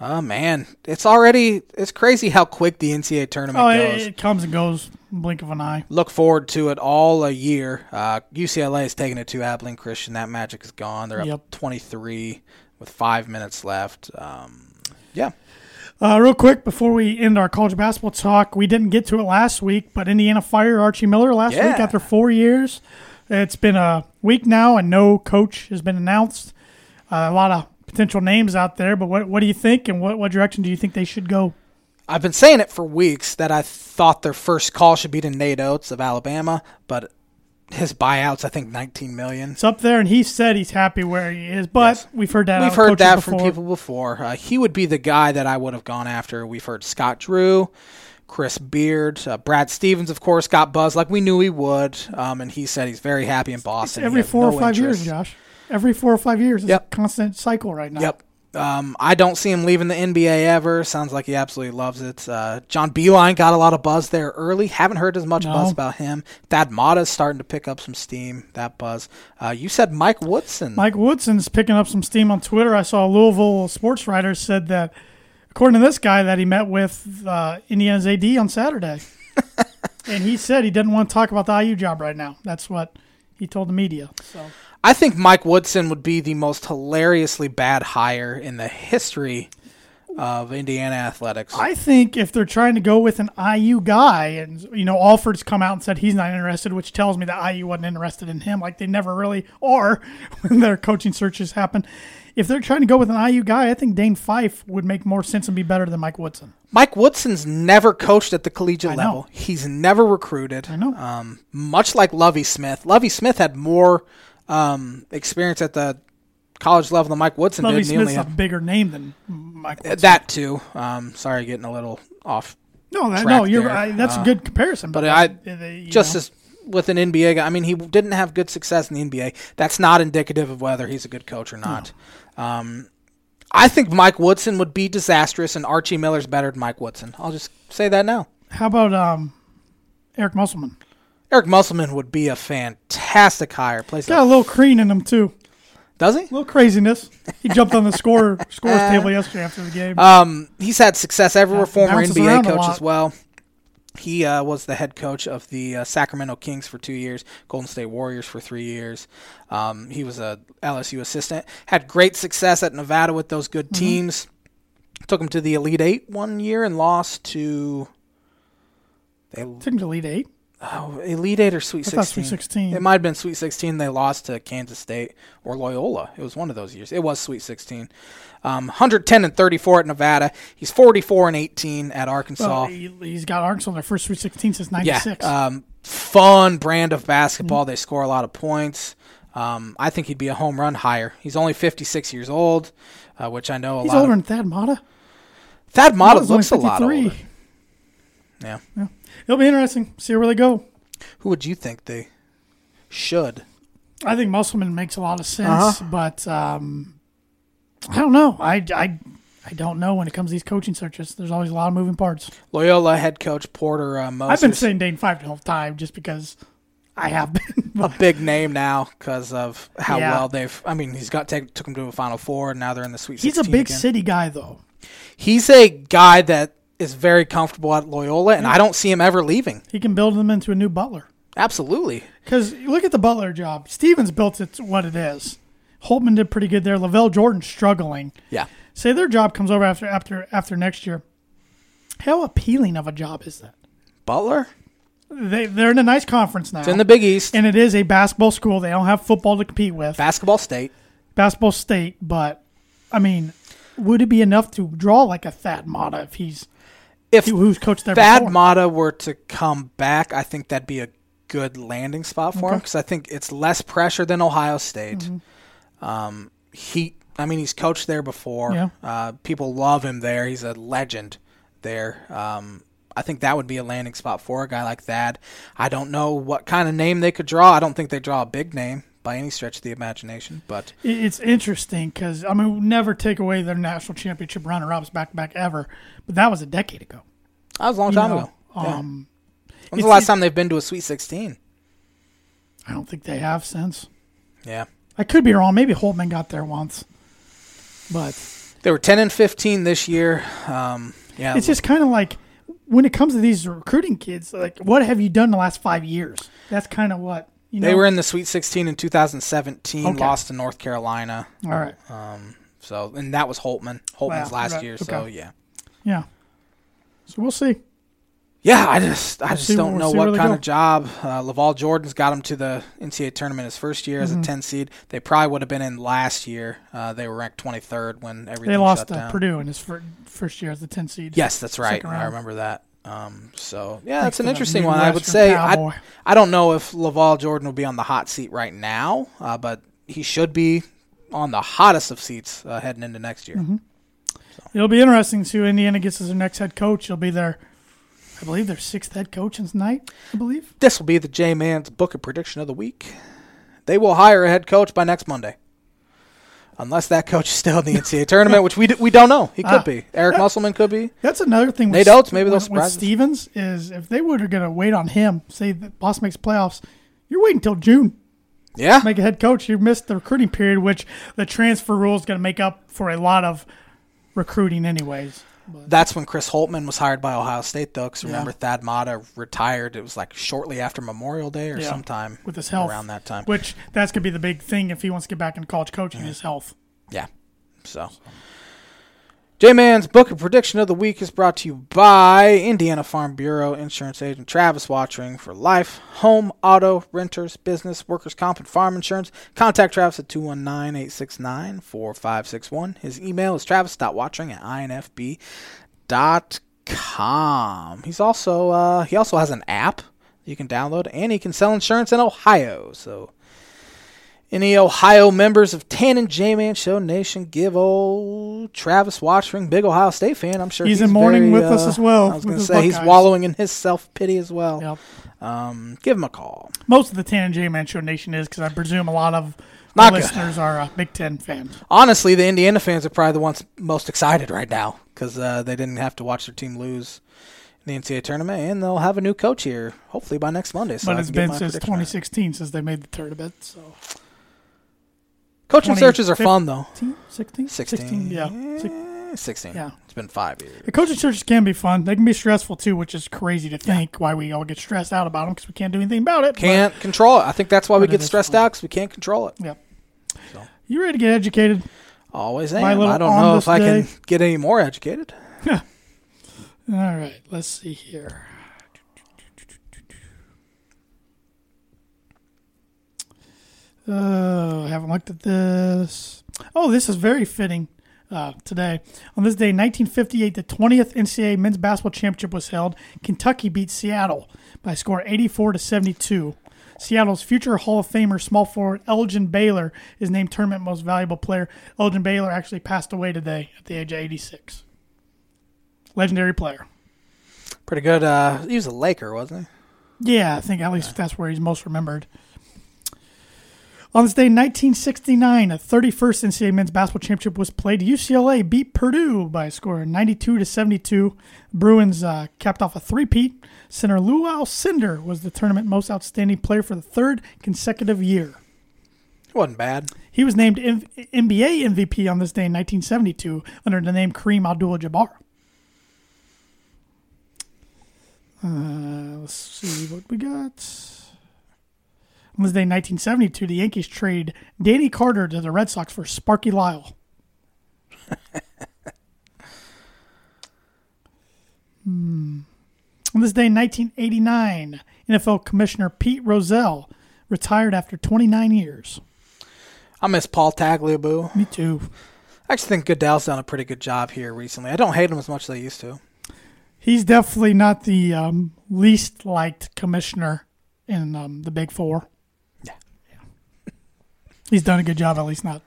[SPEAKER 2] oh man, it's already it's crazy how quick the NCAA tournament
[SPEAKER 1] Oh,
[SPEAKER 2] goes.
[SPEAKER 1] it, it comes and goes, blink of an eye.
[SPEAKER 2] Look forward to it all a year. Uh, UCLA is taking it to Abilene Christian. That magic is gone. They're
[SPEAKER 1] Yep.
[SPEAKER 2] up 23 with five minutes left. Um, yeah.
[SPEAKER 1] Uh, real quick before we end our college basketball talk, we didn't get to it last week, but Indiana fired Archie Miller last
[SPEAKER 2] Yeah.
[SPEAKER 1] week after four years. It's been a week now, and no coach has been announced. Uh, a lot of potential names out there, but what what do you think, and what what direction do you think they should go?
[SPEAKER 2] I've been saying it for weeks that I thought their first call should be to Nate Oates of Alabama, but his buyout's I think 19 million.
[SPEAKER 1] It's up there, and he said he's happy where he is. But
[SPEAKER 2] Yes.
[SPEAKER 1] we've heard that out
[SPEAKER 2] We've
[SPEAKER 1] of
[SPEAKER 2] heard
[SPEAKER 1] coaches
[SPEAKER 2] that
[SPEAKER 1] before.
[SPEAKER 2] from people before. Uh, he would be the guy that I would have gone after. We've heard Scott Drew, Chris Beard, uh, Brad Stevens, of course, got buzzed like we knew he would. Um, and he said he's very happy in Boston. He
[SPEAKER 1] every
[SPEAKER 2] has
[SPEAKER 1] four
[SPEAKER 2] no
[SPEAKER 1] or five
[SPEAKER 2] interest.
[SPEAKER 1] years, Josh. Every four or five years, it's
[SPEAKER 2] Yep.
[SPEAKER 1] a constant cycle right now.
[SPEAKER 2] Yep. Um, I don't see him leaving the NBA ever. Sounds like he absolutely loves it. Uh, John Beeline got a lot of buzz there early. Haven't heard as much
[SPEAKER 1] No.
[SPEAKER 2] buzz about him. Thad Matta's starting to pick up some steam. That buzz. Uh, you said Mike Woodson.
[SPEAKER 1] Mike Woodson's picking up some steam on Twitter. I saw a Louisville sports writer said that, according to this guy, that he met with uh, Indiana's AD on Saturday, and he said he didn't want to talk about the IU job right now. That's what he told the media. So
[SPEAKER 2] I think Mike Woodson would be the most hilariously bad hire in the history of Indiana athletics.
[SPEAKER 1] I think if they're trying to go with an IU guy, and you know Alford's come out and said he's not interested, which tells me that IU wasn't interested in him, like they never really are when their coaching searches happen. If they're trying to go with an IU guy, I think Dane Fife would make more sense and be better than Mike Woodson.
[SPEAKER 2] Mike Woodson's never coached at the collegiate
[SPEAKER 1] know.
[SPEAKER 2] level. He's never recruited. I
[SPEAKER 1] know.
[SPEAKER 2] Um, much like Lovey Smith. Lovey Smith had more um, experience at the college level than Mike Woodson
[SPEAKER 1] Lovey
[SPEAKER 2] did. and he only
[SPEAKER 1] Smith's a bigger name than Mike.
[SPEAKER 2] had-
[SPEAKER 1] Woodson.
[SPEAKER 2] that too. Um, sorry, getting a little off.
[SPEAKER 1] No, that,
[SPEAKER 2] track
[SPEAKER 1] no, you're
[SPEAKER 2] there.
[SPEAKER 1] I, that's a good comparison.
[SPEAKER 2] Uh, But I
[SPEAKER 1] they- you
[SPEAKER 2] just
[SPEAKER 1] know.
[SPEAKER 2] as with an NBA guy. I mean, he didn't have good success in the NBA. That's not indicative of whether he's a good coach or not. Um, I think Mike Woodson would be disastrous, and Archie Miller's better than Mike Woodson. I'll just say that now.
[SPEAKER 1] how about um, Eric Musselman?
[SPEAKER 2] Eric Musselman would be a fantastic hire. Plays
[SPEAKER 1] Got a little crean in him too,
[SPEAKER 2] does he?
[SPEAKER 1] a little craziness. He jumped on the score scores table yesterday after the game.
[SPEAKER 2] Um, he's had success everywhere. former
[SPEAKER 1] bounces
[SPEAKER 2] NBA
[SPEAKER 1] around a
[SPEAKER 2] coach
[SPEAKER 1] lot.
[SPEAKER 2] as well. He uh, was the head coach of the uh, Sacramento Kings for two years, Golden State Warriors for three years. Um, he was a LSU assistant. Had great success at Nevada with those good
[SPEAKER 1] Mm-hmm.
[SPEAKER 2] teams. Took him to the Elite Eight one year and lost to. They
[SPEAKER 1] Took him to lead eight.
[SPEAKER 2] oh, Elite Eight or Sweet
[SPEAKER 1] I
[SPEAKER 2] Sixteen.
[SPEAKER 1] thought Sweet 16.
[SPEAKER 2] It might have been Sweet Sixteen. They lost to Kansas State or Loyola. It was one of those years. It was Sweet Sixteen. Um, 110 and 34 at Nevada. He's 44 and 18 at Arkansas.
[SPEAKER 1] Well, he, he's got Arkansas on their first Sweet 16 since
[SPEAKER 2] yeah,
[SPEAKER 1] '96.
[SPEAKER 2] um, fun brand of basketball. They score a lot of points. Um, I think he'd be a home run higher. He's only 56 years old, uh, which I know a
[SPEAKER 1] he's
[SPEAKER 2] lot.
[SPEAKER 1] older
[SPEAKER 2] Of,
[SPEAKER 1] than Thad Mata.
[SPEAKER 2] Thad Mata
[SPEAKER 1] Mata's only
[SPEAKER 2] looks a lot
[SPEAKER 1] 53.
[SPEAKER 2] older. Yeah.
[SPEAKER 1] It'll be interesting. See where they go.
[SPEAKER 2] Who would you think they should?
[SPEAKER 1] I think Musselman makes a lot of
[SPEAKER 2] Uh-huh.
[SPEAKER 1] sense, but um, I don't know. I, I, I don't know when it comes to these coaching searches. There's always a lot of moving parts.
[SPEAKER 2] Loyola head coach Porter uh, Moses.
[SPEAKER 1] I've been saying Dane Five the whole time just because I have been.
[SPEAKER 2] a
[SPEAKER 1] But
[SPEAKER 2] big name now because of how
[SPEAKER 1] Yeah.
[SPEAKER 2] well they've. I mean, he's got take, took him to a Final Four, and now they're in the Sweet.
[SPEAKER 1] he's a
[SPEAKER 2] 16
[SPEAKER 1] big
[SPEAKER 2] again.
[SPEAKER 1] city guy, though.
[SPEAKER 2] He's a guy that is very comfortable at Loyola, and I don't see him ever leaving.
[SPEAKER 1] He can build them into a new Butler.
[SPEAKER 2] Absolutely,
[SPEAKER 1] Because look at the Butler job. Stevens built it to what it is. Holtman did pretty good there. Lavelle Jordan struggling.
[SPEAKER 2] yeah.
[SPEAKER 1] Say their job comes over after after after next year. How appealing of a job is that?
[SPEAKER 2] Butler
[SPEAKER 1] They they're in a nice conference now.
[SPEAKER 2] it's in the Big East,
[SPEAKER 1] and it is a basketball school. They don't have football to compete with.
[SPEAKER 2] basketball state.
[SPEAKER 1] basketball state, but I mean, would it be enough to draw like a Thad Mata if he's
[SPEAKER 2] If
[SPEAKER 1] who's coached there
[SPEAKER 2] Thad
[SPEAKER 1] before?
[SPEAKER 2] Mata were to come back, I think that'd be a good landing spot for him because I think it's less pressure than Ohio State. Um, he, I mean, he's coached there before.
[SPEAKER 1] Mm-hmm. Yeah.
[SPEAKER 2] Uh, people love him there. He's a legend there. Um, I think that would be a landing spot for a guy like that. I don't know what kind of name they could draw. I don't think they draw a big name by any stretch of the imagination, but
[SPEAKER 1] It- It's interesting because I mean, we'll never take away their national championship runner-ups back to back ever, but that was a decade ago.
[SPEAKER 2] that was a long
[SPEAKER 1] you
[SPEAKER 2] time
[SPEAKER 1] know?
[SPEAKER 2] ago. Yeah.
[SPEAKER 1] Um,
[SPEAKER 2] When's the
[SPEAKER 1] it's-
[SPEAKER 2] last time they've been to a Sweet 16?
[SPEAKER 1] I don't think they have since.
[SPEAKER 2] Yeah.
[SPEAKER 1] I could be wrong. Maybe Holtman got there once, but
[SPEAKER 2] They were 10 and 15 this year. Um, yeah.
[SPEAKER 1] it's just kind of like when it comes to these recruiting kids, like what have you done in the last five years? That's kind of what you know.
[SPEAKER 2] They were in the Sweet 16 in 2017,
[SPEAKER 1] Okay.
[SPEAKER 2] lost to North Carolina.
[SPEAKER 1] all right.
[SPEAKER 2] So, and that was Holtman. Holtman's
[SPEAKER 1] Wow,
[SPEAKER 2] last
[SPEAKER 1] right,
[SPEAKER 2] year. So,
[SPEAKER 1] okay.
[SPEAKER 2] yeah.
[SPEAKER 1] Yeah. So we'll see.
[SPEAKER 2] yeah, I just I just
[SPEAKER 1] see-
[SPEAKER 2] don't
[SPEAKER 1] we'll
[SPEAKER 2] know
[SPEAKER 1] see
[SPEAKER 2] what
[SPEAKER 1] where they
[SPEAKER 2] kind
[SPEAKER 1] go.
[SPEAKER 2] of job uh, Laval Jordan's got him to the NCAA tournament his first year
[SPEAKER 1] Mm-hmm.
[SPEAKER 2] as a ten seed. They probably would have been in last year. Uh, they were ranked twenty third when everything
[SPEAKER 1] They lost
[SPEAKER 2] shut
[SPEAKER 1] uh,
[SPEAKER 2] down.
[SPEAKER 1] Purdue in his fir- first year as the 10 seed.
[SPEAKER 2] Yes, that's right.
[SPEAKER 1] Second round.
[SPEAKER 2] I remember that. Um, so yeah,
[SPEAKER 1] Thanks
[SPEAKER 2] that's
[SPEAKER 1] to
[SPEAKER 2] an
[SPEAKER 1] that
[SPEAKER 2] interesting one. I would
[SPEAKER 1] Midwestern
[SPEAKER 2] say
[SPEAKER 1] cowboy.
[SPEAKER 2] I, I don't know if Laval Jordan will be on the hot seat right now, uh, but he should be on the hottest of seats uh, heading into next year.
[SPEAKER 1] Mm-hmm. It'll be interesting to see who Indiana gets as their next head coach. He'll be their, I believe, their sixth head coach in tonight. I believe.
[SPEAKER 2] This will be the J Man's book of prediction of the week. They will hire a head coach by next Monday. Unless that coach is still in the NCAA tournament, which we, d- we don't know. He could
[SPEAKER 1] Ah.
[SPEAKER 2] be. Eric Musselman could be.
[SPEAKER 1] That's another thing.
[SPEAKER 2] Nate Oates, maybe they'll
[SPEAKER 1] with,
[SPEAKER 2] surprise
[SPEAKER 1] with
[SPEAKER 2] us.
[SPEAKER 1] Stevens is if they were going to wait on him, say that Boston makes playoffs, you're waiting till June
[SPEAKER 2] Yeah.
[SPEAKER 1] to make a head coach. You missed the recruiting period, which the transfer rule is going to make up for a lot of recruiting, anyways.
[SPEAKER 2] That's when Chris Holtman was hired by Ohio State, though, 'cause remember Thad Mata retired. It was like shortly after Memorial Day or
[SPEAKER 1] Yeah.
[SPEAKER 2] sometime
[SPEAKER 1] With his health
[SPEAKER 2] around that time.
[SPEAKER 1] which that's going to be the big thing if he wants to get back into college coaching, his health.
[SPEAKER 2] Yeah. So, J Man's Book of Prediction of the Week is brought to you by Indiana Farm Bureau Insurance Agent Travis Watchering for life, home, auto, renters, business, workers' comp, and farm insurance. Contact Travis at 219 869 4561. His email is travis.watchering at infb.com. He's also, uh, he also has an app you can download, and he can sell insurance in Ohio. So, any Ohio members of Tan and J Man Show Nation give old Travis Watchering, big Ohio State fan. I'm sure
[SPEAKER 1] He's
[SPEAKER 2] he's,
[SPEAKER 1] in mourning
[SPEAKER 2] very,
[SPEAKER 1] with us
[SPEAKER 2] uh,
[SPEAKER 1] as well,
[SPEAKER 2] I was
[SPEAKER 1] with
[SPEAKER 2] going to
[SPEAKER 1] his
[SPEAKER 2] say he's
[SPEAKER 1] Buckeyes.
[SPEAKER 2] wallowing in his self pity as well.
[SPEAKER 1] Yep.
[SPEAKER 2] Um, give him a call.
[SPEAKER 1] Most of the Tan and J Man Show Nation is because I presume a lot of
[SPEAKER 2] Not
[SPEAKER 1] our
[SPEAKER 2] good.
[SPEAKER 1] listeners are uh, Big Ten fans.
[SPEAKER 2] Honestly, the Indiana fans are probably the ones most excited right now because uh, they didn't have to watch their team lose in the NCAA tournament, and they'll have a new coach here hopefully by next Monday. So I
[SPEAKER 1] but
[SPEAKER 2] can
[SPEAKER 1] it's
[SPEAKER 2] get
[SPEAKER 1] been
[SPEAKER 2] my
[SPEAKER 1] since
[SPEAKER 2] prediction out.
[SPEAKER 1] 2016 since they made the tournament. So
[SPEAKER 2] Coaching searches
[SPEAKER 1] 2015.
[SPEAKER 2] are fun though.
[SPEAKER 1] 16, 16,
[SPEAKER 2] 16,
[SPEAKER 1] yeah. Six-
[SPEAKER 2] Sixteen.
[SPEAKER 1] Yeah.
[SPEAKER 2] it's been five years.
[SPEAKER 1] The coaching searches can be fun. They can be stressful too, which is crazy to think why we all get stressed out about them because we can't do anything about it. but-
[SPEAKER 2] Can't control it. I think that's why we
[SPEAKER 1] But it
[SPEAKER 2] get
[SPEAKER 1] is
[SPEAKER 2] stressed
[SPEAKER 1] fun.
[SPEAKER 2] out because we can't control it.
[SPEAKER 1] Yep.
[SPEAKER 2] So.
[SPEAKER 1] You ready to get educated?
[SPEAKER 2] Always am.
[SPEAKER 1] My little
[SPEAKER 2] I don't
[SPEAKER 1] on
[SPEAKER 2] know
[SPEAKER 1] this
[SPEAKER 2] if I
[SPEAKER 1] day.
[SPEAKER 2] can get any more educated.
[SPEAKER 1] All right. Let's see here. Oh, I haven't looked at this. Oh, this is very fitting uh, today. On this day, 1958, the 20th NCAA men's basketball championship was held. Kentucky beat Seattle by a score of 84 to 72. Seattle's future Hall of Famer small forward Elgin Baylor is named tournament most valuable player. Elgin Baylor actually passed away today at the age of 86. Legendary player.
[SPEAKER 2] Pretty good. Uh, he was a Laker, wasn't
[SPEAKER 1] Yeah, I think at least that's where he's most remembered. On this day, 1969, a 31st NCAA men's basketball championship was played. UCLA beat Purdue by a score of 92 to 72. Bruins uh, capped off a three-peat. Center Luau Cinder was the tournament most outstanding player for the third consecutive year.
[SPEAKER 2] he? He wasn't bad.
[SPEAKER 1] He was named M- NBA MVP on this day in 1972 under the name Kareem Abdul-Jabbar. Uh, let's see what we got. On this day, 1972, the Yankees trade Danny Carter to the Red Sox for Sparky Lyle. Hmm. On this day, 1989, NFL Commissioner Pete Rozelle retired after 29 years.
[SPEAKER 2] I miss Paul Tagliabue.
[SPEAKER 1] Me too.
[SPEAKER 2] I actually think Goodell's done a pretty good job here recently. I don't hate him as much as I used to.
[SPEAKER 1] He's definitely not the um, least liked commissioner in um, the Big Four.
[SPEAKER 2] Yeah.
[SPEAKER 1] He's done a good job, at least not.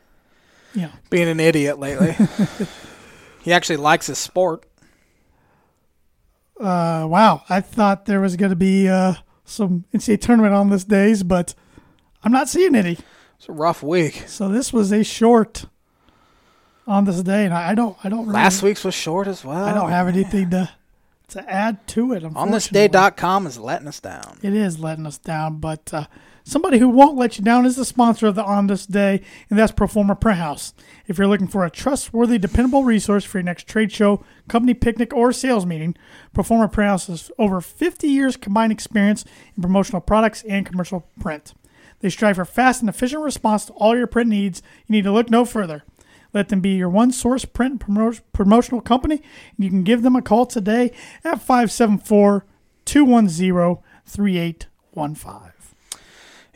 [SPEAKER 1] Yeah.
[SPEAKER 2] Being an idiot lately. he actually likes his sport.
[SPEAKER 1] Uh, wow. I thought there was going to be uh, some NCAA tournament on this days, but I'm not seeing any.
[SPEAKER 2] It's a rough week.
[SPEAKER 1] So this was a short on this day, and I I don't, I don't really,
[SPEAKER 2] Last week's was short as well.
[SPEAKER 1] I don't have anything to to add to it.
[SPEAKER 2] On this
[SPEAKER 1] unfortunately.
[SPEAKER 2] day.com is letting us down.
[SPEAKER 1] It is letting us down, but uh, somebody who won't let you down is the sponsor of the On This Day, and that's Performer Print House. If you're looking for a trustworthy, dependable resource for your next trade show, company picnic, or sales meeting, Performer Print House has over 50 years combined experience in promotional products and commercial print. They strive for fast and efficient response to all your print needs. You need to look no further. Let them be your one source print and promo- promotional company. And you can give them a call today at 574 210 3815.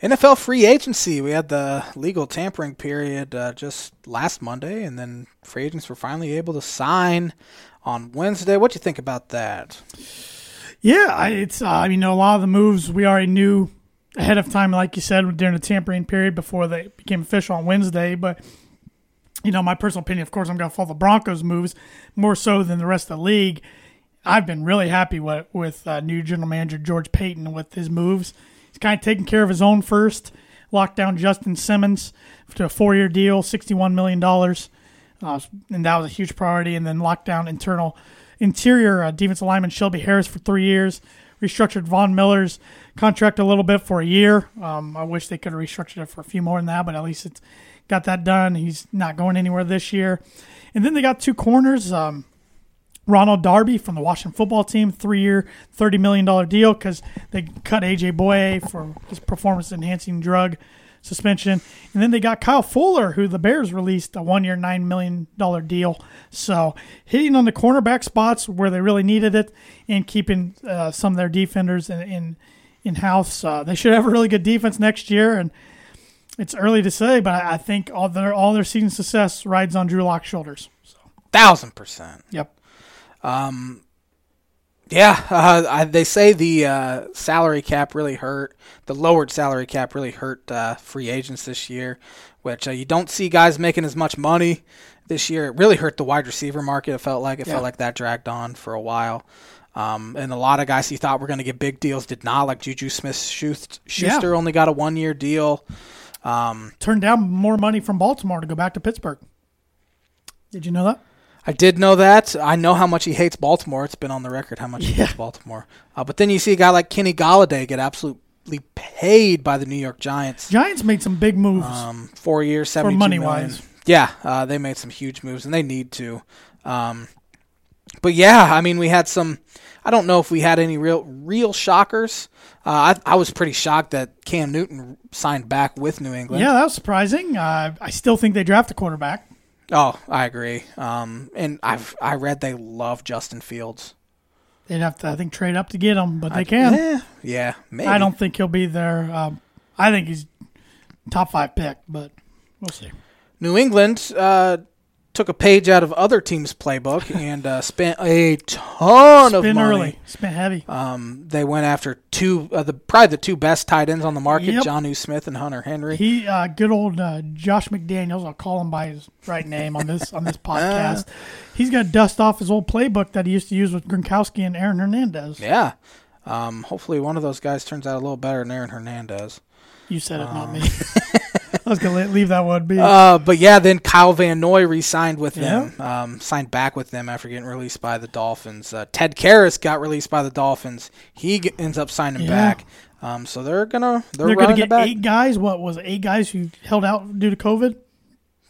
[SPEAKER 2] NFL free agency. We had the legal tampering period uh, just last Monday, and then free agents were finally able to sign on Wednesday. What do you think about that?
[SPEAKER 1] Yeah, I- it's uh, I mean a lot of the moves we already knew ahead of time, like you said, during the tampering period before they became official on Wednesday. But you know, my personal opinion, of course, I'm going to follow the Broncos' moves more so than the rest of the league. I've been really happy with with uh, new general manager George Payton with his moves. He's kind of taking care of his own first. Locked down Justin Simmons to a four year deal, sixty one million dollars uh, and that was a huge priority. And then lockdown internal interior uh, defense lineman Shelby Harris for three years. Restructured Von Miller's contract a little bit for a year. Um, I wish they could have restructured it for a few more than that, but at least it's got that done. He's not going anywhere this year. And then they got two corners. Um, Ronald Darby from the Washington football team, three year, $30 million deal because they cut AJ Boye for his performance enhancing drug suspension. And then they got Kyle Fuller, who the Bears released a one year, $9 million deal. So hitting on the cornerback spots where they really needed it and keeping uh, some of their defenders in, in, in house. Uh, they should have a really good defense next year. And it's early to say, but I I think all their, all their season success rides on Drew Locke's shoulders. So,
[SPEAKER 2] Thousand percent.
[SPEAKER 1] yep.
[SPEAKER 2] Yeah, uh, I, they say the uh, salary cap really hurt. The lowered salary cap really hurt uh, free agents this year, which uh, you don't see guys making as much money this year. It really hurt the wide receiver market. It felt like it
[SPEAKER 1] Yeah.
[SPEAKER 2] felt like that dragged on for a while. Um, and a lot of guys you thought were going to get big deals did not. Like Juju Smith Schuster only got a one year deal.
[SPEAKER 1] turned down more money from Baltimore to go back to Pittsburgh. Did you know that?
[SPEAKER 2] I did know that. I know how much he hates Baltimore. It's been on the record how much he hates Baltimore. Uh, but then you see a guy like Kenny Galladay get absolutely paid by the New York Giants.
[SPEAKER 1] Giants made some big moves.
[SPEAKER 2] Um, four years, seventy
[SPEAKER 1] money
[SPEAKER 2] million.
[SPEAKER 1] wise.
[SPEAKER 2] Yeah, uh, they made some huge moves, and they need to. Um, but yeah, I mean, we had some. I don't know if we had any real real shockers. Uh, I, I was pretty shocked that Cam Newton signed back with New England.
[SPEAKER 1] yeah, that was surprising. Uh, I still think they draft a quarterback.
[SPEAKER 2] Oh, I agree. Um, and I've I read they love Justin Fields.
[SPEAKER 1] They'd have to, I think, trade up to get him, but they can.
[SPEAKER 2] Yeah, yeah. Maybe.
[SPEAKER 1] I don't think he'll be there. Um, I think he's top five pick, but we'll see.
[SPEAKER 2] New England uh, took a page out of other teams' playbook and uh, spent a ton of
[SPEAKER 1] Spin
[SPEAKER 2] money.
[SPEAKER 1] early, spin heavy.
[SPEAKER 2] Um, they went after two, uh, the probably the two best tight ends on the market,
[SPEAKER 1] Yep.
[SPEAKER 2] John U. Smith and Hunter Henry.
[SPEAKER 1] He, uh, good old uh, Josh McDaniels. I'll call him by his right name on this on this podcast. He's gonna dust off his old playbook that he used to use with Gronkowski and Aaron Hernandez.
[SPEAKER 2] yeah. Um, hopefully, one of those guys turns out a little better than Aaron Hernandez.
[SPEAKER 1] You said it, not me. I was gonna le- leave that one be.
[SPEAKER 2] Uh, but yeah, then Kyle Van Noy re-signed with them, um, signed back with them after getting released by the Dolphins. Uh, Ted Karras got released by the Dolphins. He g- ends up signing
[SPEAKER 1] Yeah.
[SPEAKER 2] back. Um, so they're gonna they're,
[SPEAKER 1] They're gonna
[SPEAKER 2] running
[SPEAKER 1] get
[SPEAKER 2] back.
[SPEAKER 1] eight guys. What was it, eight guys who held out due to COVID?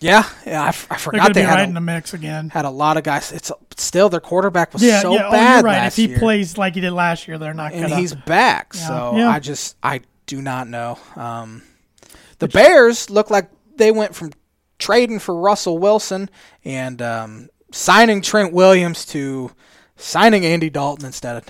[SPEAKER 2] Yeah, yeah, I, f- I
[SPEAKER 1] They're
[SPEAKER 2] forgot
[SPEAKER 1] gonna
[SPEAKER 2] they
[SPEAKER 1] be
[SPEAKER 2] had,
[SPEAKER 1] right
[SPEAKER 2] a,
[SPEAKER 1] in the mix again.
[SPEAKER 2] had a lot of guys. It's still their quarterback was
[SPEAKER 1] Yeah,
[SPEAKER 2] so
[SPEAKER 1] yeah.
[SPEAKER 2] bad
[SPEAKER 1] oh, you're right. If
[SPEAKER 2] last
[SPEAKER 1] he
[SPEAKER 2] year,
[SPEAKER 1] plays like he did last year, they're not
[SPEAKER 2] and
[SPEAKER 1] gonna.
[SPEAKER 2] he's back. So
[SPEAKER 1] Yeah.
[SPEAKER 2] I just I do not know. Um, the Bears look like they went from trading for Russell Wilson and um, signing Trent Williams to signing Andy Dalton instead.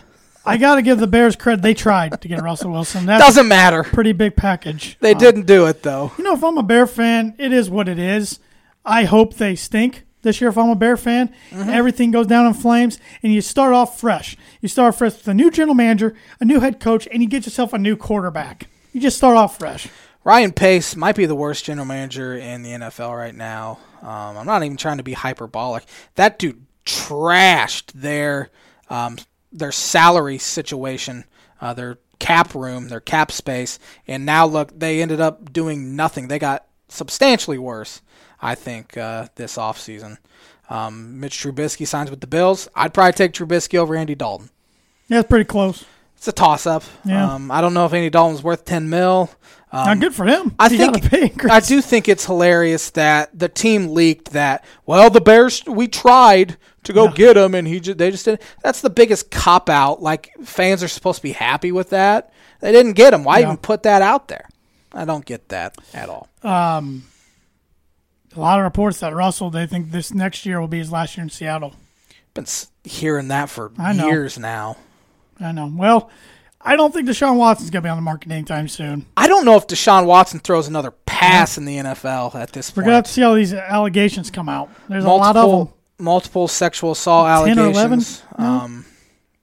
[SPEAKER 1] I gotta give the Bears credit. They tried to get Russell Wilson. That's
[SPEAKER 2] Doesn't matter.
[SPEAKER 1] a pretty big package.
[SPEAKER 2] They didn't do it though.
[SPEAKER 1] You know, if I'm a Bear fan, it is what it is. I hope they stink this year. If I'm a Bear fan,
[SPEAKER 2] Mm-hmm.
[SPEAKER 1] everything goes down in flames, and you start off fresh. You start fresh with a new general manager, a new head coach, and you get yourself a new quarterback. You just start off fresh.
[SPEAKER 2] Ryan Pace might be the worst general manager in the NFL right now. Um, I'm not even trying to be hyperbolic. That dude trashed their um, their salary situation, uh, their cap room, their cap space, and now look, they ended up doing nothing. They got substantially worse, I think, uh, this offseason. Um, Mitch Trubisky signs with the Bills. I'd probably take Trubisky over Andy Dalton.
[SPEAKER 1] Yeah, it's pretty close.
[SPEAKER 2] It's a toss up.
[SPEAKER 1] Yeah.
[SPEAKER 2] Um, I don't know if Andy Dalton's worth 10 mil. Um,
[SPEAKER 1] now, good for him.
[SPEAKER 2] I
[SPEAKER 1] He got
[SPEAKER 2] think
[SPEAKER 1] a pay increase.
[SPEAKER 2] I do think it's hilarious that the team leaked that. Well, the Bears we tried to go get him, and he ju- they just didn't. That's the biggest cop out. Like fans are supposed to be happy with that. They didn't get him. Why
[SPEAKER 1] Yeah.
[SPEAKER 2] even put that out there? I don't get that at all.
[SPEAKER 1] Uh, a lot of reports that Russell they think this next year will be his last year in Seattle.
[SPEAKER 2] Been s- hearing that for
[SPEAKER 1] I know.
[SPEAKER 2] years now.
[SPEAKER 1] I know. Well, I don't think Deshaun Watson's going to be on the market anytime soon.
[SPEAKER 2] I don't know if Deshaun Watson throws another pass in the NFL at this
[SPEAKER 1] We're
[SPEAKER 2] point.
[SPEAKER 1] going to have to see how these allegations come out. There's a
[SPEAKER 2] multiple,
[SPEAKER 1] lot of them.
[SPEAKER 2] multiple sexual assault
[SPEAKER 1] 10 or 11?
[SPEAKER 2] allegations. Um,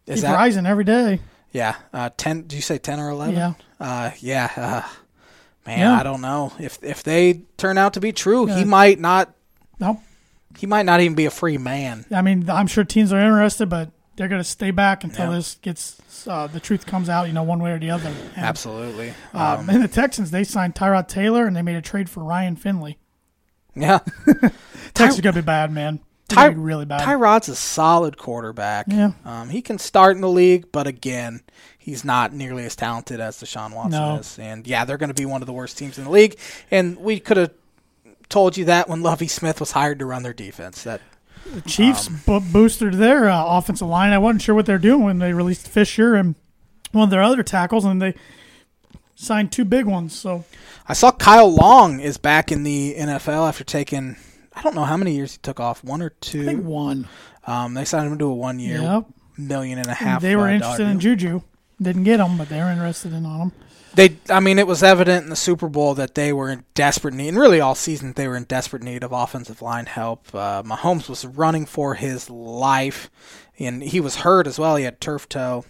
[SPEAKER 2] is
[SPEAKER 1] Keep
[SPEAKER 2] that
[SPEAKER 1] rising every day.
[SPEAKER 2] yeah? Uh, ten? Do you say ten or eleven?
[SPEAKER 1] Yeah.
[SPEAKER 2] Uh, yeah. Uh, man,
[SPEAKER 1] Yeah.
[SPEAKER 2] I don't know if if they turn out to be true,
[SPEAKER 1] Yeah.
[SPEAKER 2] he might not.
[SPEAKER 1] No,
[SPEAKER 2] He might not even be a free man.
[SPEAKER 1] I mean, I'm sure teams are interested, but they're going to stay back until
[SPEAKER 2] Yeah.
[SPEAKER 1] this gets uh, the truth comes out, you know, one way or the other. And,
[SPEAKER 2] Absolutely.
[SPEAKER 1] Um, and the Texans, they signed Tyrod Taylor and they made a trade for Ryan Finley.
[SPEAKER 2] Yeah.
[SPEAKER 1] Texas is going to be bad, man. They're
[SPEAKER 2] Ty-
[SPEAKER 1] gonna be really bad.
[SPEAKER 2] Tyrod's a solid quarterback.
[SPEAKER 1] uh, Yeah.
[SPEAKER 2] Um, he can start in the league, but again, he's not nearly as talented as Deshaun Watson
[SPEAKER 1] No.
[SPEAKER 2] is. And yeah, they're going to be one of the worst teams in the league. And we could have told you that when Lovey Smith was hired to run their defense. That
[SPEAKER 1] the Chiefs
[SPEAKER 2] um,
[SPEAKER 1] bo- boosted their uh, offensive line. I wasn't sure what they're doing when they released Fisher and one of their other tackles, and they signed two big ones. So
[SPEAKER 2] I saw Kyle Long is back in the NFL after taking I don't know how many years he took off, one or
[SPEAKER 1] I think
[SPEAKER 2] two.
[SPEAKER 1] one.
[SPEAKER 2] Um, they signed him to a one year
[SPEAKER 1] Yep.
[SPEAKER 2] million and a
[SPEAKER 1] And
[SPEAKER 2] half.
[SPEAKER 1] they were
[SPEAKER 2] uh, dollar
[SPEAKER 1] interested in
[SPEAKER 2] deal.
[SPEAKER 1] Juju. Didn't get him, but they were interested in
[SPEAKER 2] Um,
[SPEAKER 1] on him.
[SPEAKER 2] They, I mean, it was evident in the Super Bowl that they were in desperate need, and really all season that they were in desperate need of offensive line help. Uh, Mahomes was running for his life, and he was hurt as well. He had turf toe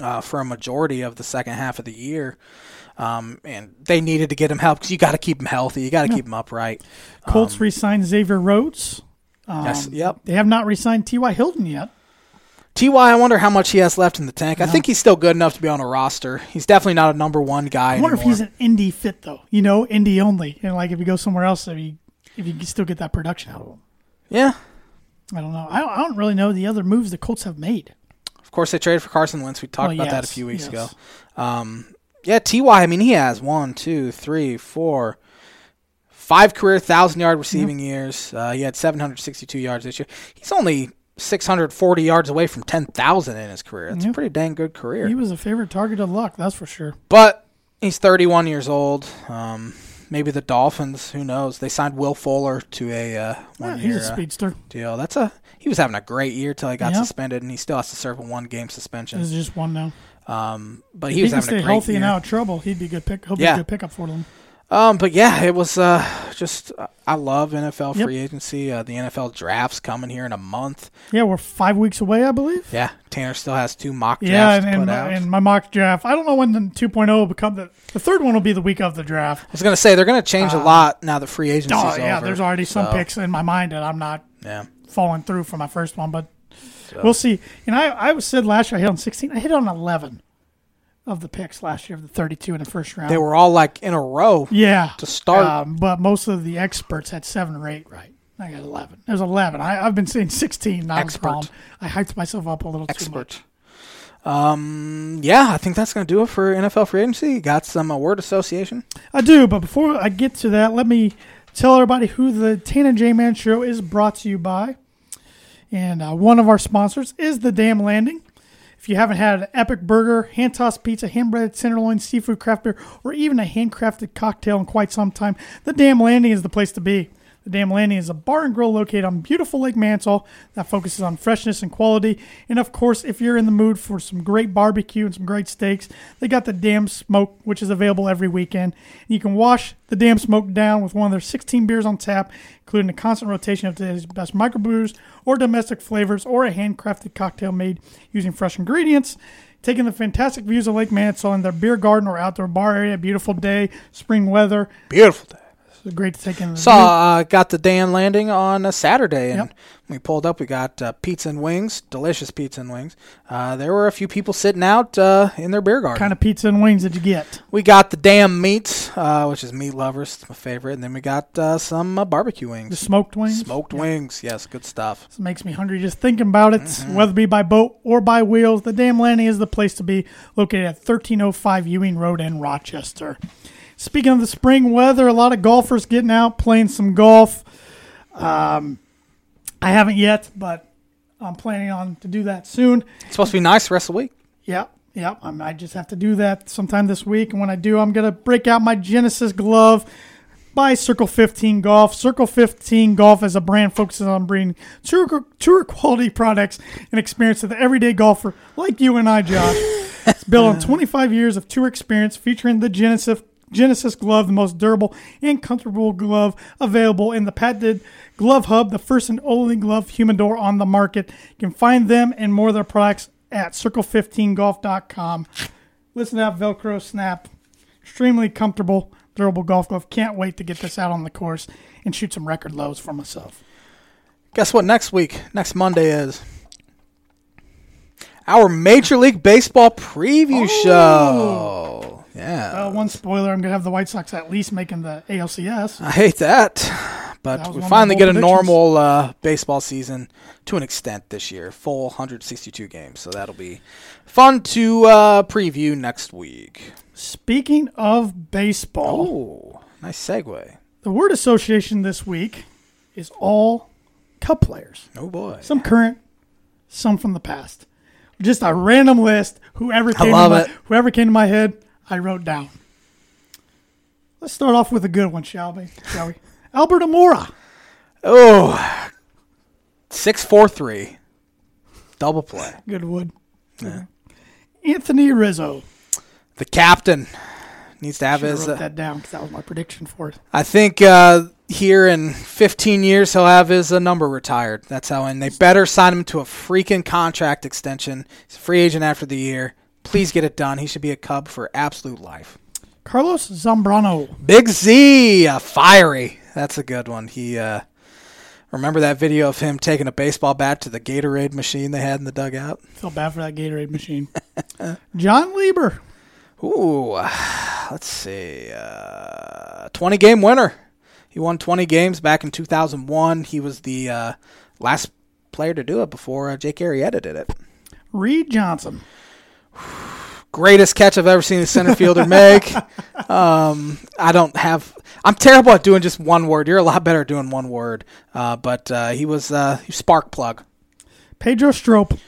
[SPEAKER 2] uh, for a majority of the second half of the year, um, and they needed to get him help because you got to keep him healthy, you got to keep him upright.
[SPEAKER 1] Colts re-signed Xavier Rhodes. Um,
[SPEAKER 2] Yes, yep.
[SPEAKER 1] They have not re-signed T.Y. Hilton yet.
[SPEAKER 2] Ty, I wonder how much he has left in the tank. I think he's still good enough to be on a roster. He's definitely not a number one guy.
[SPEAKER 1] I wonder if
[SPEAKER 2] anymore.
[SPEAKER 1] he's an indie fit though. You know, indie only. And like if you go somewhere else, if you if you can still get that production out of him.
[SPEAKER 2] yeah.
[SPEAKER 1] I don't know. I don't, I don't really know the other moves the Colts have made.
[SPEAKER 2] Of course, they traded for Carson Wentz. We talked
[SPEAKER 1] Well,
[SPEAKER 2] about that a
[SPEAKER 1] Oh, yes,
[SPEAKER 2] few weeks
[SPEAKER 1] yes.
[SPEAKER 2] ago. Um, yeah, Ty. I mean, he has one, two, three, four, five career thousand yard receiving years. Uh, he had 762 yards this year. He's only 640 yards away from 10,000 in his career. That's
[SPEAKER 1] Yeah.
[SPEAKER 2] a pretty dang good career.
[SPEAKER 1] He was a favorite target of luck, that's for sure.
[SPEAKER 2] but he's 31 years old. Um, maybe the Dolphins. Who knows? They signed Will Fuller to a uh,
[SPEAKER 1] Yeah,
[SPEAKER 2] one
[SPEAKER 1] he's
[SPEAKER 2] year.
[SPEAKER 1] a speedster.
[SPEAKER 2] Deal. That's a he was having a great year till he got
[SPEAKER 1] Yeah.
[SPEAKER 2] suspended, and he still has to serve a one game suspension.
[SPEAKER 1] There's just one now.
[SPEAKER 2] Um, but he,
[SPEAKER 1] He,
[SPEAKER 2] was
[SPEAKER 1] can
[SPEAKER 2] having
[SPEAKER 1] stay
[SPEAKER 2] a great
[SPEAKER 1] healthy
[SPEAKER 2] year.
[SPEAKER 1] and out of trouble. He'd be a good pick. He'll be
[SPEAKER 2] Yeah.
[SPEAKER 1] a good pickup for them.
[SPEAKER 2] Um, but yeah, it was uh, just uh, I love NFL
[SPEAKER 1] Yep.
[SPEAKER 2] free agency. Uh, the NFL drafts coming here in a month.
[SPEAKER 1] Yeah, we're five weeks away, I believe.
[SPEAKER 2] Yeah, Tanner still has two mock
[SPEAKER 1] Yeah, and,
[SPEAKER 2] drafts to put
[SPEAKER 1] and,
[SPEAKER 2] out.
[SPEAKER 1] my, and my mock draft. I don't know when the 2.0 will become the the third one will be the week of the draft.
[SPEAKER 2] I was gonna say they're gonna change a lot now that free agency's
[SPEAKER 1] Uh, Oh yeah,
[SPEAKER 2] over,
[SPEAKER 1] there's already some
[SPEAKER 2] so,
[SPEAKER 1] picks in my mind that I'm not
[SPEAKER 2] Yeah,
[SPEAKER 1] falling through for my first one, but we'll see. And I, I was said last year I hit on 16. I hit on 11 of the picks last year of the 32 in the first round.
[SPEAKER 2] they were all like in a row.
[SPEAKER 1] yeah
[SPEAKER 2] to start.
[SPEAKER 1] um, but most of the experts had seven or eight right. I got 11. There's 11. I, I've been seeing 16. Not
[SPEAKER 2] Expert.
[SPEAKER 1] Expert. I hyped myself up a little too much.
[SPEAKER 2] Expert. Um, yeah, I think that's gonna do it for NFL free agency. Got some uh, word association.
[SPEAKER 1] I do, but before I get to that, let me tell everybody who the Tana J Man Show is brought to you by. And uh, one of our sponsors is the Dam Landing. If you haven't had an epic burger, hand tossed pizza, hand breaded tenderloin, seafood craft beer, or even a handcrafted cocktail in quite some time, the Dam Landing is the place to be. The Dam Landing is a bar and grill located on beautiful Lake Mansell that focuses on freshness and quality. And of course, if you're in the mood for some great barbecue and some great steaks, they got the Dam Smoke, which is available every weekend. You can wash the Dam Smoke down with one of their 16 beers on tap, including a constant rotation of today's best microbrews or domestic flavors or a handcrafted cocktail made using fresh ingredients. Taking the fantastic views of Lake Mansell in their beer garden or outdoor bar area, beautiful day, spring weather.
[SPEAKER 2] Beautiful day.
[SPEAKER 1] It's great to take in the view.
[SPEAKER 2] Saw uh, got the Dan landing on a Saturday, and
[SPEAKER 1] Yep.
[SPEAKER 2] when we pulled up. We got uh, pizza and wings, delicious pizza and wings. Uh, there were a few people sitting out uh, in their beer garden.
[SPEAKER 1] What kind of pizza and wings did you get?
[SPEAKER 2] we got the damn meats, uh, which is meat lovers, it's my favorite, and then we got uh, some uh, barbecue
[SPEAKER 1] The
[SPEAKER 2] wings,
[SPEAKER 1] smoked wings?
[SPEAKER 2] smoked wings. Yes, good stuff.
[SPEAKER 1] This makes me hungry just thinking about it. Whether it be by boat or by wheels, the Dam Landing is the place to be, located at 1305 Ewing Road in Rochester. Speaking of the spring weather, a lot of golfers getting out playing some golf. Um, I haven't yet, but I'm planning on to do that soon.
[SPEAKER 2] It's supposed to be nice the rest of the week.
[SPEAKER 1] Yep, yep. I'm, I just have to do that sometime this week, and when I do, I'm gonna break out my Genesis glove, by Circle 15 Golf. Circle 15 Golf as a brand focuses on bringing tour, tour quality products and experience to the everyday golfer like you and I, Josh. it's built on 25 years of tour experience featuring the Genesis Genesis glove, the most durable and comfortable glove available in the patented Glove Hub, the first and only glove humidor on the market. You can find them and more of their products at circle15golf.com. Listen to that Velcro snap. Extremely comfortable, durable golf glove. Can't wait to get this out on the course and shoot some record lows for myself.
[SPEAKER 2] Guess what next week, next Monday is? Our Major League Baseball preview show. Yeah.
[SPEAKER 1] Oh. Uh, one spoiler, I'm going to have the White Sox at least making the ALCS.
[SPEAKER 2] I hate that.
[SPEAKER 1] That
[SPEAKER 2] But
[SPEAKER 1] was
[SPEAKER 2] we
[SPEAKER 1] one of
[SPEAKER 2] finally
[SPEAKER 1] my
[SPEAKER 2] get a
[SPEAKER 1] predictions.
[SPEAKER 2] normal uh, baseball season to an extent this year, full 162 games. So that'll be fun to uh, preview next week.
[SPEAKER 1] Speaking of baseball.
[SPEAKER 2] Oh, nice segue.
[SPEAKER 1] The word association this week is all cup players.
[SPEAKER 2] Oh boy.
[SPEAKER 1] Some current, some from the past. Just a random list. Whoever came
[SPEAKER 2] love
[SPEAKER 1] to my,
[SPEAKER 2] it.
[SPEAKER 1] whoever came to my head, I wrote down. Let's start off with a good one, shall we? Shall we? Albert Amora.
[SPEAKER 2] Oh, six four three, double play.
[SPEAKER 1] Goodwood. Anthony Rizzo.
[SPEAKER 2] The captain needs to have
[SPEAKER 1] I
[SPEAKER 2] his.
[SPEAKER 1] wrote
[SPEAKER 2] Uh,
[SPEAKER 1] that down because that was my prediction for it.
[SPEAKER 2] I think uh, here in 15 years he'll have his uh, number retired. That's how. And they better sign him to a freaking contract extension. He's a free agent after the year. Please get it done. He should be a Cub for absolute life.
[SPEAKER 1] Carlos Zambrano.
[SPEAKER 2] Big Z, uh, fiery. That's a good one. He uh, remember that video of him taking a baseball bat to the Gatorade machine they had in the dugout.
[SPEAKER 1] Feel bad for that Gatorade machine. John Lieber.
[SPEAKER 2] Ooh, let's see. Uh, 20 game winner. He won 20 games back in 2001. He was the uh, last player to do it before uh, Jake Arrieta did it.
[SPEAKER 1] Reed Johnson.
[SPEAKER 2] Greatest catch I've ever seen a center fielder make. Um, I don't have. I'm terrible at doing just one word. You're a lot better at doing one word. Uh, but uh, he was uh, he was spark plug.
[SPEAKER 1] Pedro Strope.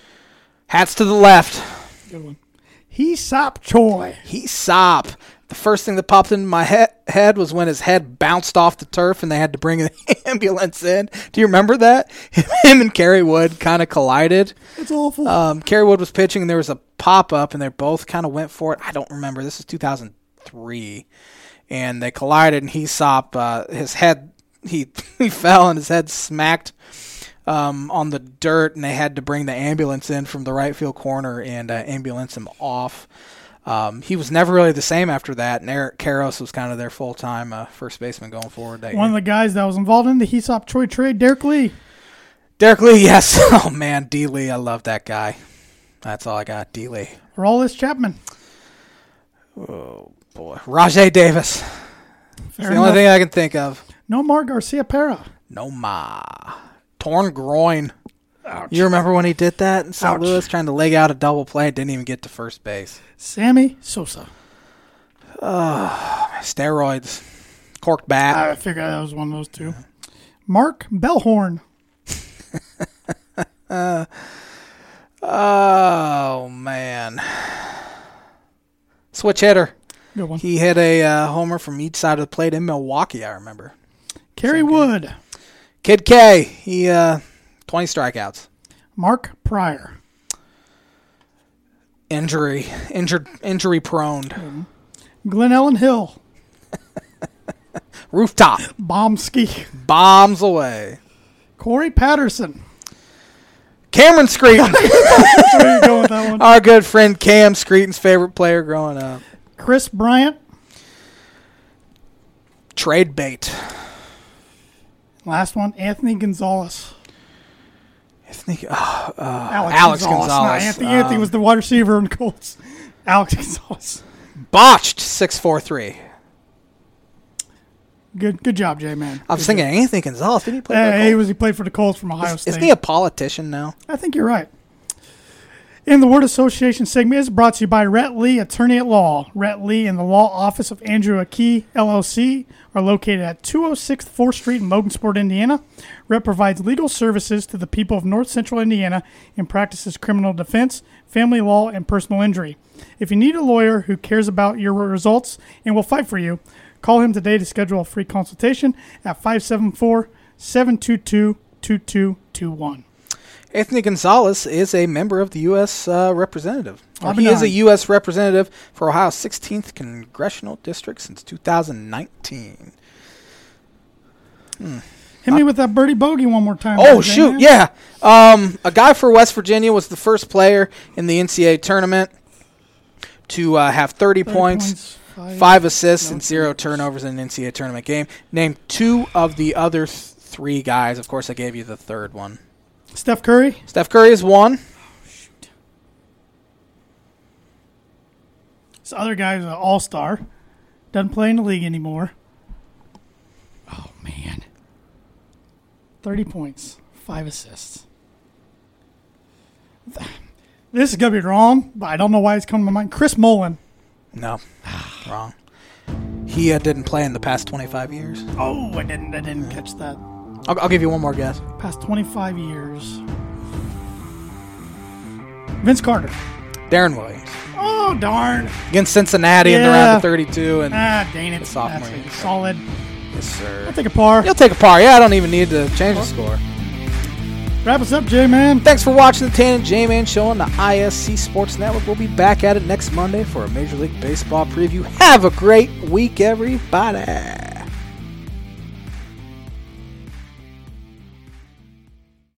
[SPEAKER 2] Hats to the left.
[SPEAKER 1] Good one. He Sop Choi.
[SPEAKER 2] He sop. The first thing that popped into my he- head was when his head bounced off the turf and they had to bring an ambulance in. Do you remember that? Him and Kerry Wood kind of collided.
[SPEAKER 1] It's awful.
[SPEAKER 2] Um, Kerry Wood was pitching and there was a pop up and they both kind of went for it. I don't remember. This is 2003. And they collided and he sop. Uh, his head, he, he fell and his head smacked um, on the dirt, and they had to bring the ambulance in from the right field corner and uh, ambulance him off. Um, he was never really the same after that, and Eric Karros was kind of their full time uh, first baseman going forward. That
[SPEAKER 1] One
[SPEAKER 2] year.
[SPEAKER 1] of the guys that was involved in the Hesop Troy trade, Derek Lee.
[SPEAKER 2] Derek Lee, yes. oh, man, D. Lee, I love that guy. That's all I got, D. Lee.
[SPEAKER 1] Rollis Chapman.
[SPEAKER 2] Boy, Rajay Davis.
[SPEAKER 1] Fair
[SPEAKER 2] It's the only
[SPEAKER 1] enough.
[SPEAKER 2] thing I can think of.
[SPEAKER 1] Nomar Garcia Pera.
[SPEAKER 2] No ma. Torn groin. You remember when he did that in St.
[SPEAKER 1] Ouch.
[SPEAKER 2] Louis, trying to leg out a double play, didn't even get to first base.
[SPEAKER 1] Sammy Sosa.
[SPEAKER 2] Steroids, corked bat.
[SPEAKER 1] I figured that was one of those two. Mark Bellhorn.
[SPEAKER 2] Oh man, switch hitter.
[SPEAKER 1] Good one.
[SPEAKER 2] He hit a uh, homer from each side of the plate in Milwaukee. I remember.
[SPEAKER 1] Kerry Wood.
[SPEAKER 2] Kid K. He uh, twenty strikeouts.
[SPEAKER 1] Mark Pryor.
[SPEAKER 2] Injury, injured, injury
[SPEAKER 1] Mm-hmm.
[SPEAKER 2] prone.
[SPEAKER 1] Glenn Ellen Hill.
[SPEAKER 2] Rooftop
[SPEAKER 1] Bomsky.
[SPEAKER 2] bombs away.
[SPEAKER 1] Corey Patterson.
[SPEAKER 2] Cameron Screeton,
[SPEAKER 1] Where you going with that one?
[SPEAKER 2] our good friend Cam Screeton's favorite player growing up.
[SPEAKER 1] Chris Bryant.
[SPEAKER 2] Trade bait.
[SPEAKER 1] Last one, Anthony Gonzalez.
[SPEAKER 2] I think. Oh,
[SPEAKER 1] Alex,
[SPEAKER 2] Alex
[SPEAKER 1] Not
[SPEAKER 2] Gonzalez.
[SPEAKER 1] Anthony, Anthony
[SPEAKER 2] Um,
[SPEAKER 1] was the wide receiver in Colts. Alex Gonzalez.
[SPEAKER 2] botched six four three.
[SPEAKER 1] Good good job, J Man.
[SPEAKER 2] I was thinking Anthony Gonzalez. Did he play? for the
[SPEAKER 1] Hey, he
[SPEAKER 2] Colts?
[SPEAKER 1] was he played for the Colts from Ohio State.
[SPEAKER 2] Isn't he a politician now?
[SPEAKER 1] I think you're right. And the word association segment is brought to you by Rhett Lee, attorney at law. Rhett Lee and the law office of Andrew Akey, LLC, are located at 206 4th Street in Logansport, Indiana. Rhett provides legal services to the people of north central Indiana and practices criminal defense, family law, and personal injury. If you need a lawyer who cares about your results and will fight for you, Call him today to schedule a free consultation at 574 722 2221.
[SPEAKER 2] Anthony Gonzalez is a member of the U.S. Uh, representative. Or
[SPEAKER 1] I'll be
[SPEAKER 2] he is a
[SPEAKER 1] darned.
[SPEAKER 2] U.S. representative for Ohio's 16th congressional district since 2019.
[SPEAKER 1] Hit me with that birdie bogey one more time.
[SPEAKER 2] Oh
[SPEAKER 1] there, J-Man.
[SPEAKER 2] shoot, yeah. Um, a guy for West Virginia was the first player in the NCAA tournament to uh, have 30,
[SPEAKER 1] 30
[SPEAKER 2] points,
[SPEAKER 1] five-
[SPEAKER 2] five assists, and
[SPEAKER 1] no
[SPEAKER 2] zero
[SPEAKER 1] turnovers.
[SPEAKER 2] turnovers in an NCAA tournament game. Named two of the other th- three guys. Of course, I gave you the third one.
[SPEAKER 1] Steph Curry.
[SPEAKER 2] Steph Curry is one.
[SPEAKER 1] This other guy's an all star. Doesn't play in the league anymore. Oh, man. 30 points, five assists. This is going to be wrong, but I don't know why it's coming to mind. Chris Mullen.
[SPEAKER 2] No, wrong. He uh, didn't play in the past 25 years.
[SPEAKER 1] Oh, I didn't, I didn't catch that.
[SPEAKER 2] I'll, I'll give you one more guess.
[SPEAKER 1] Past 25 years. Vince Carter.
[SPEAKER 2] Darren Williams
[SPEAKER 1] Oh, darn.
[SPEAKER 2] against Cincinnati in the round
[SPEAKER 1] Yeah.
[SPEAKER 2] of 32, and
[SPEAKER 1] Ah, dang it.
[SPEAKER 2] sophomore
[SPEAKER 1] That's
[SPEAKER 2] year.
[SPEAKER 1] a solid.
[SPEAKER 2] yes, sir.
[SPEAKER 1] I'll take a par.
[SPEAKER 2] You'll take a par. Yeah, I don't even need to change the score.
[SPEAKER 1] Wrap us up, J Man.
[SPEAKER 2] Thanks for watching the Tan and J-Man show on the ISC Sports Network. We'll be back at it next Monday for a Major League Baseball preview. Have a great week, everybody.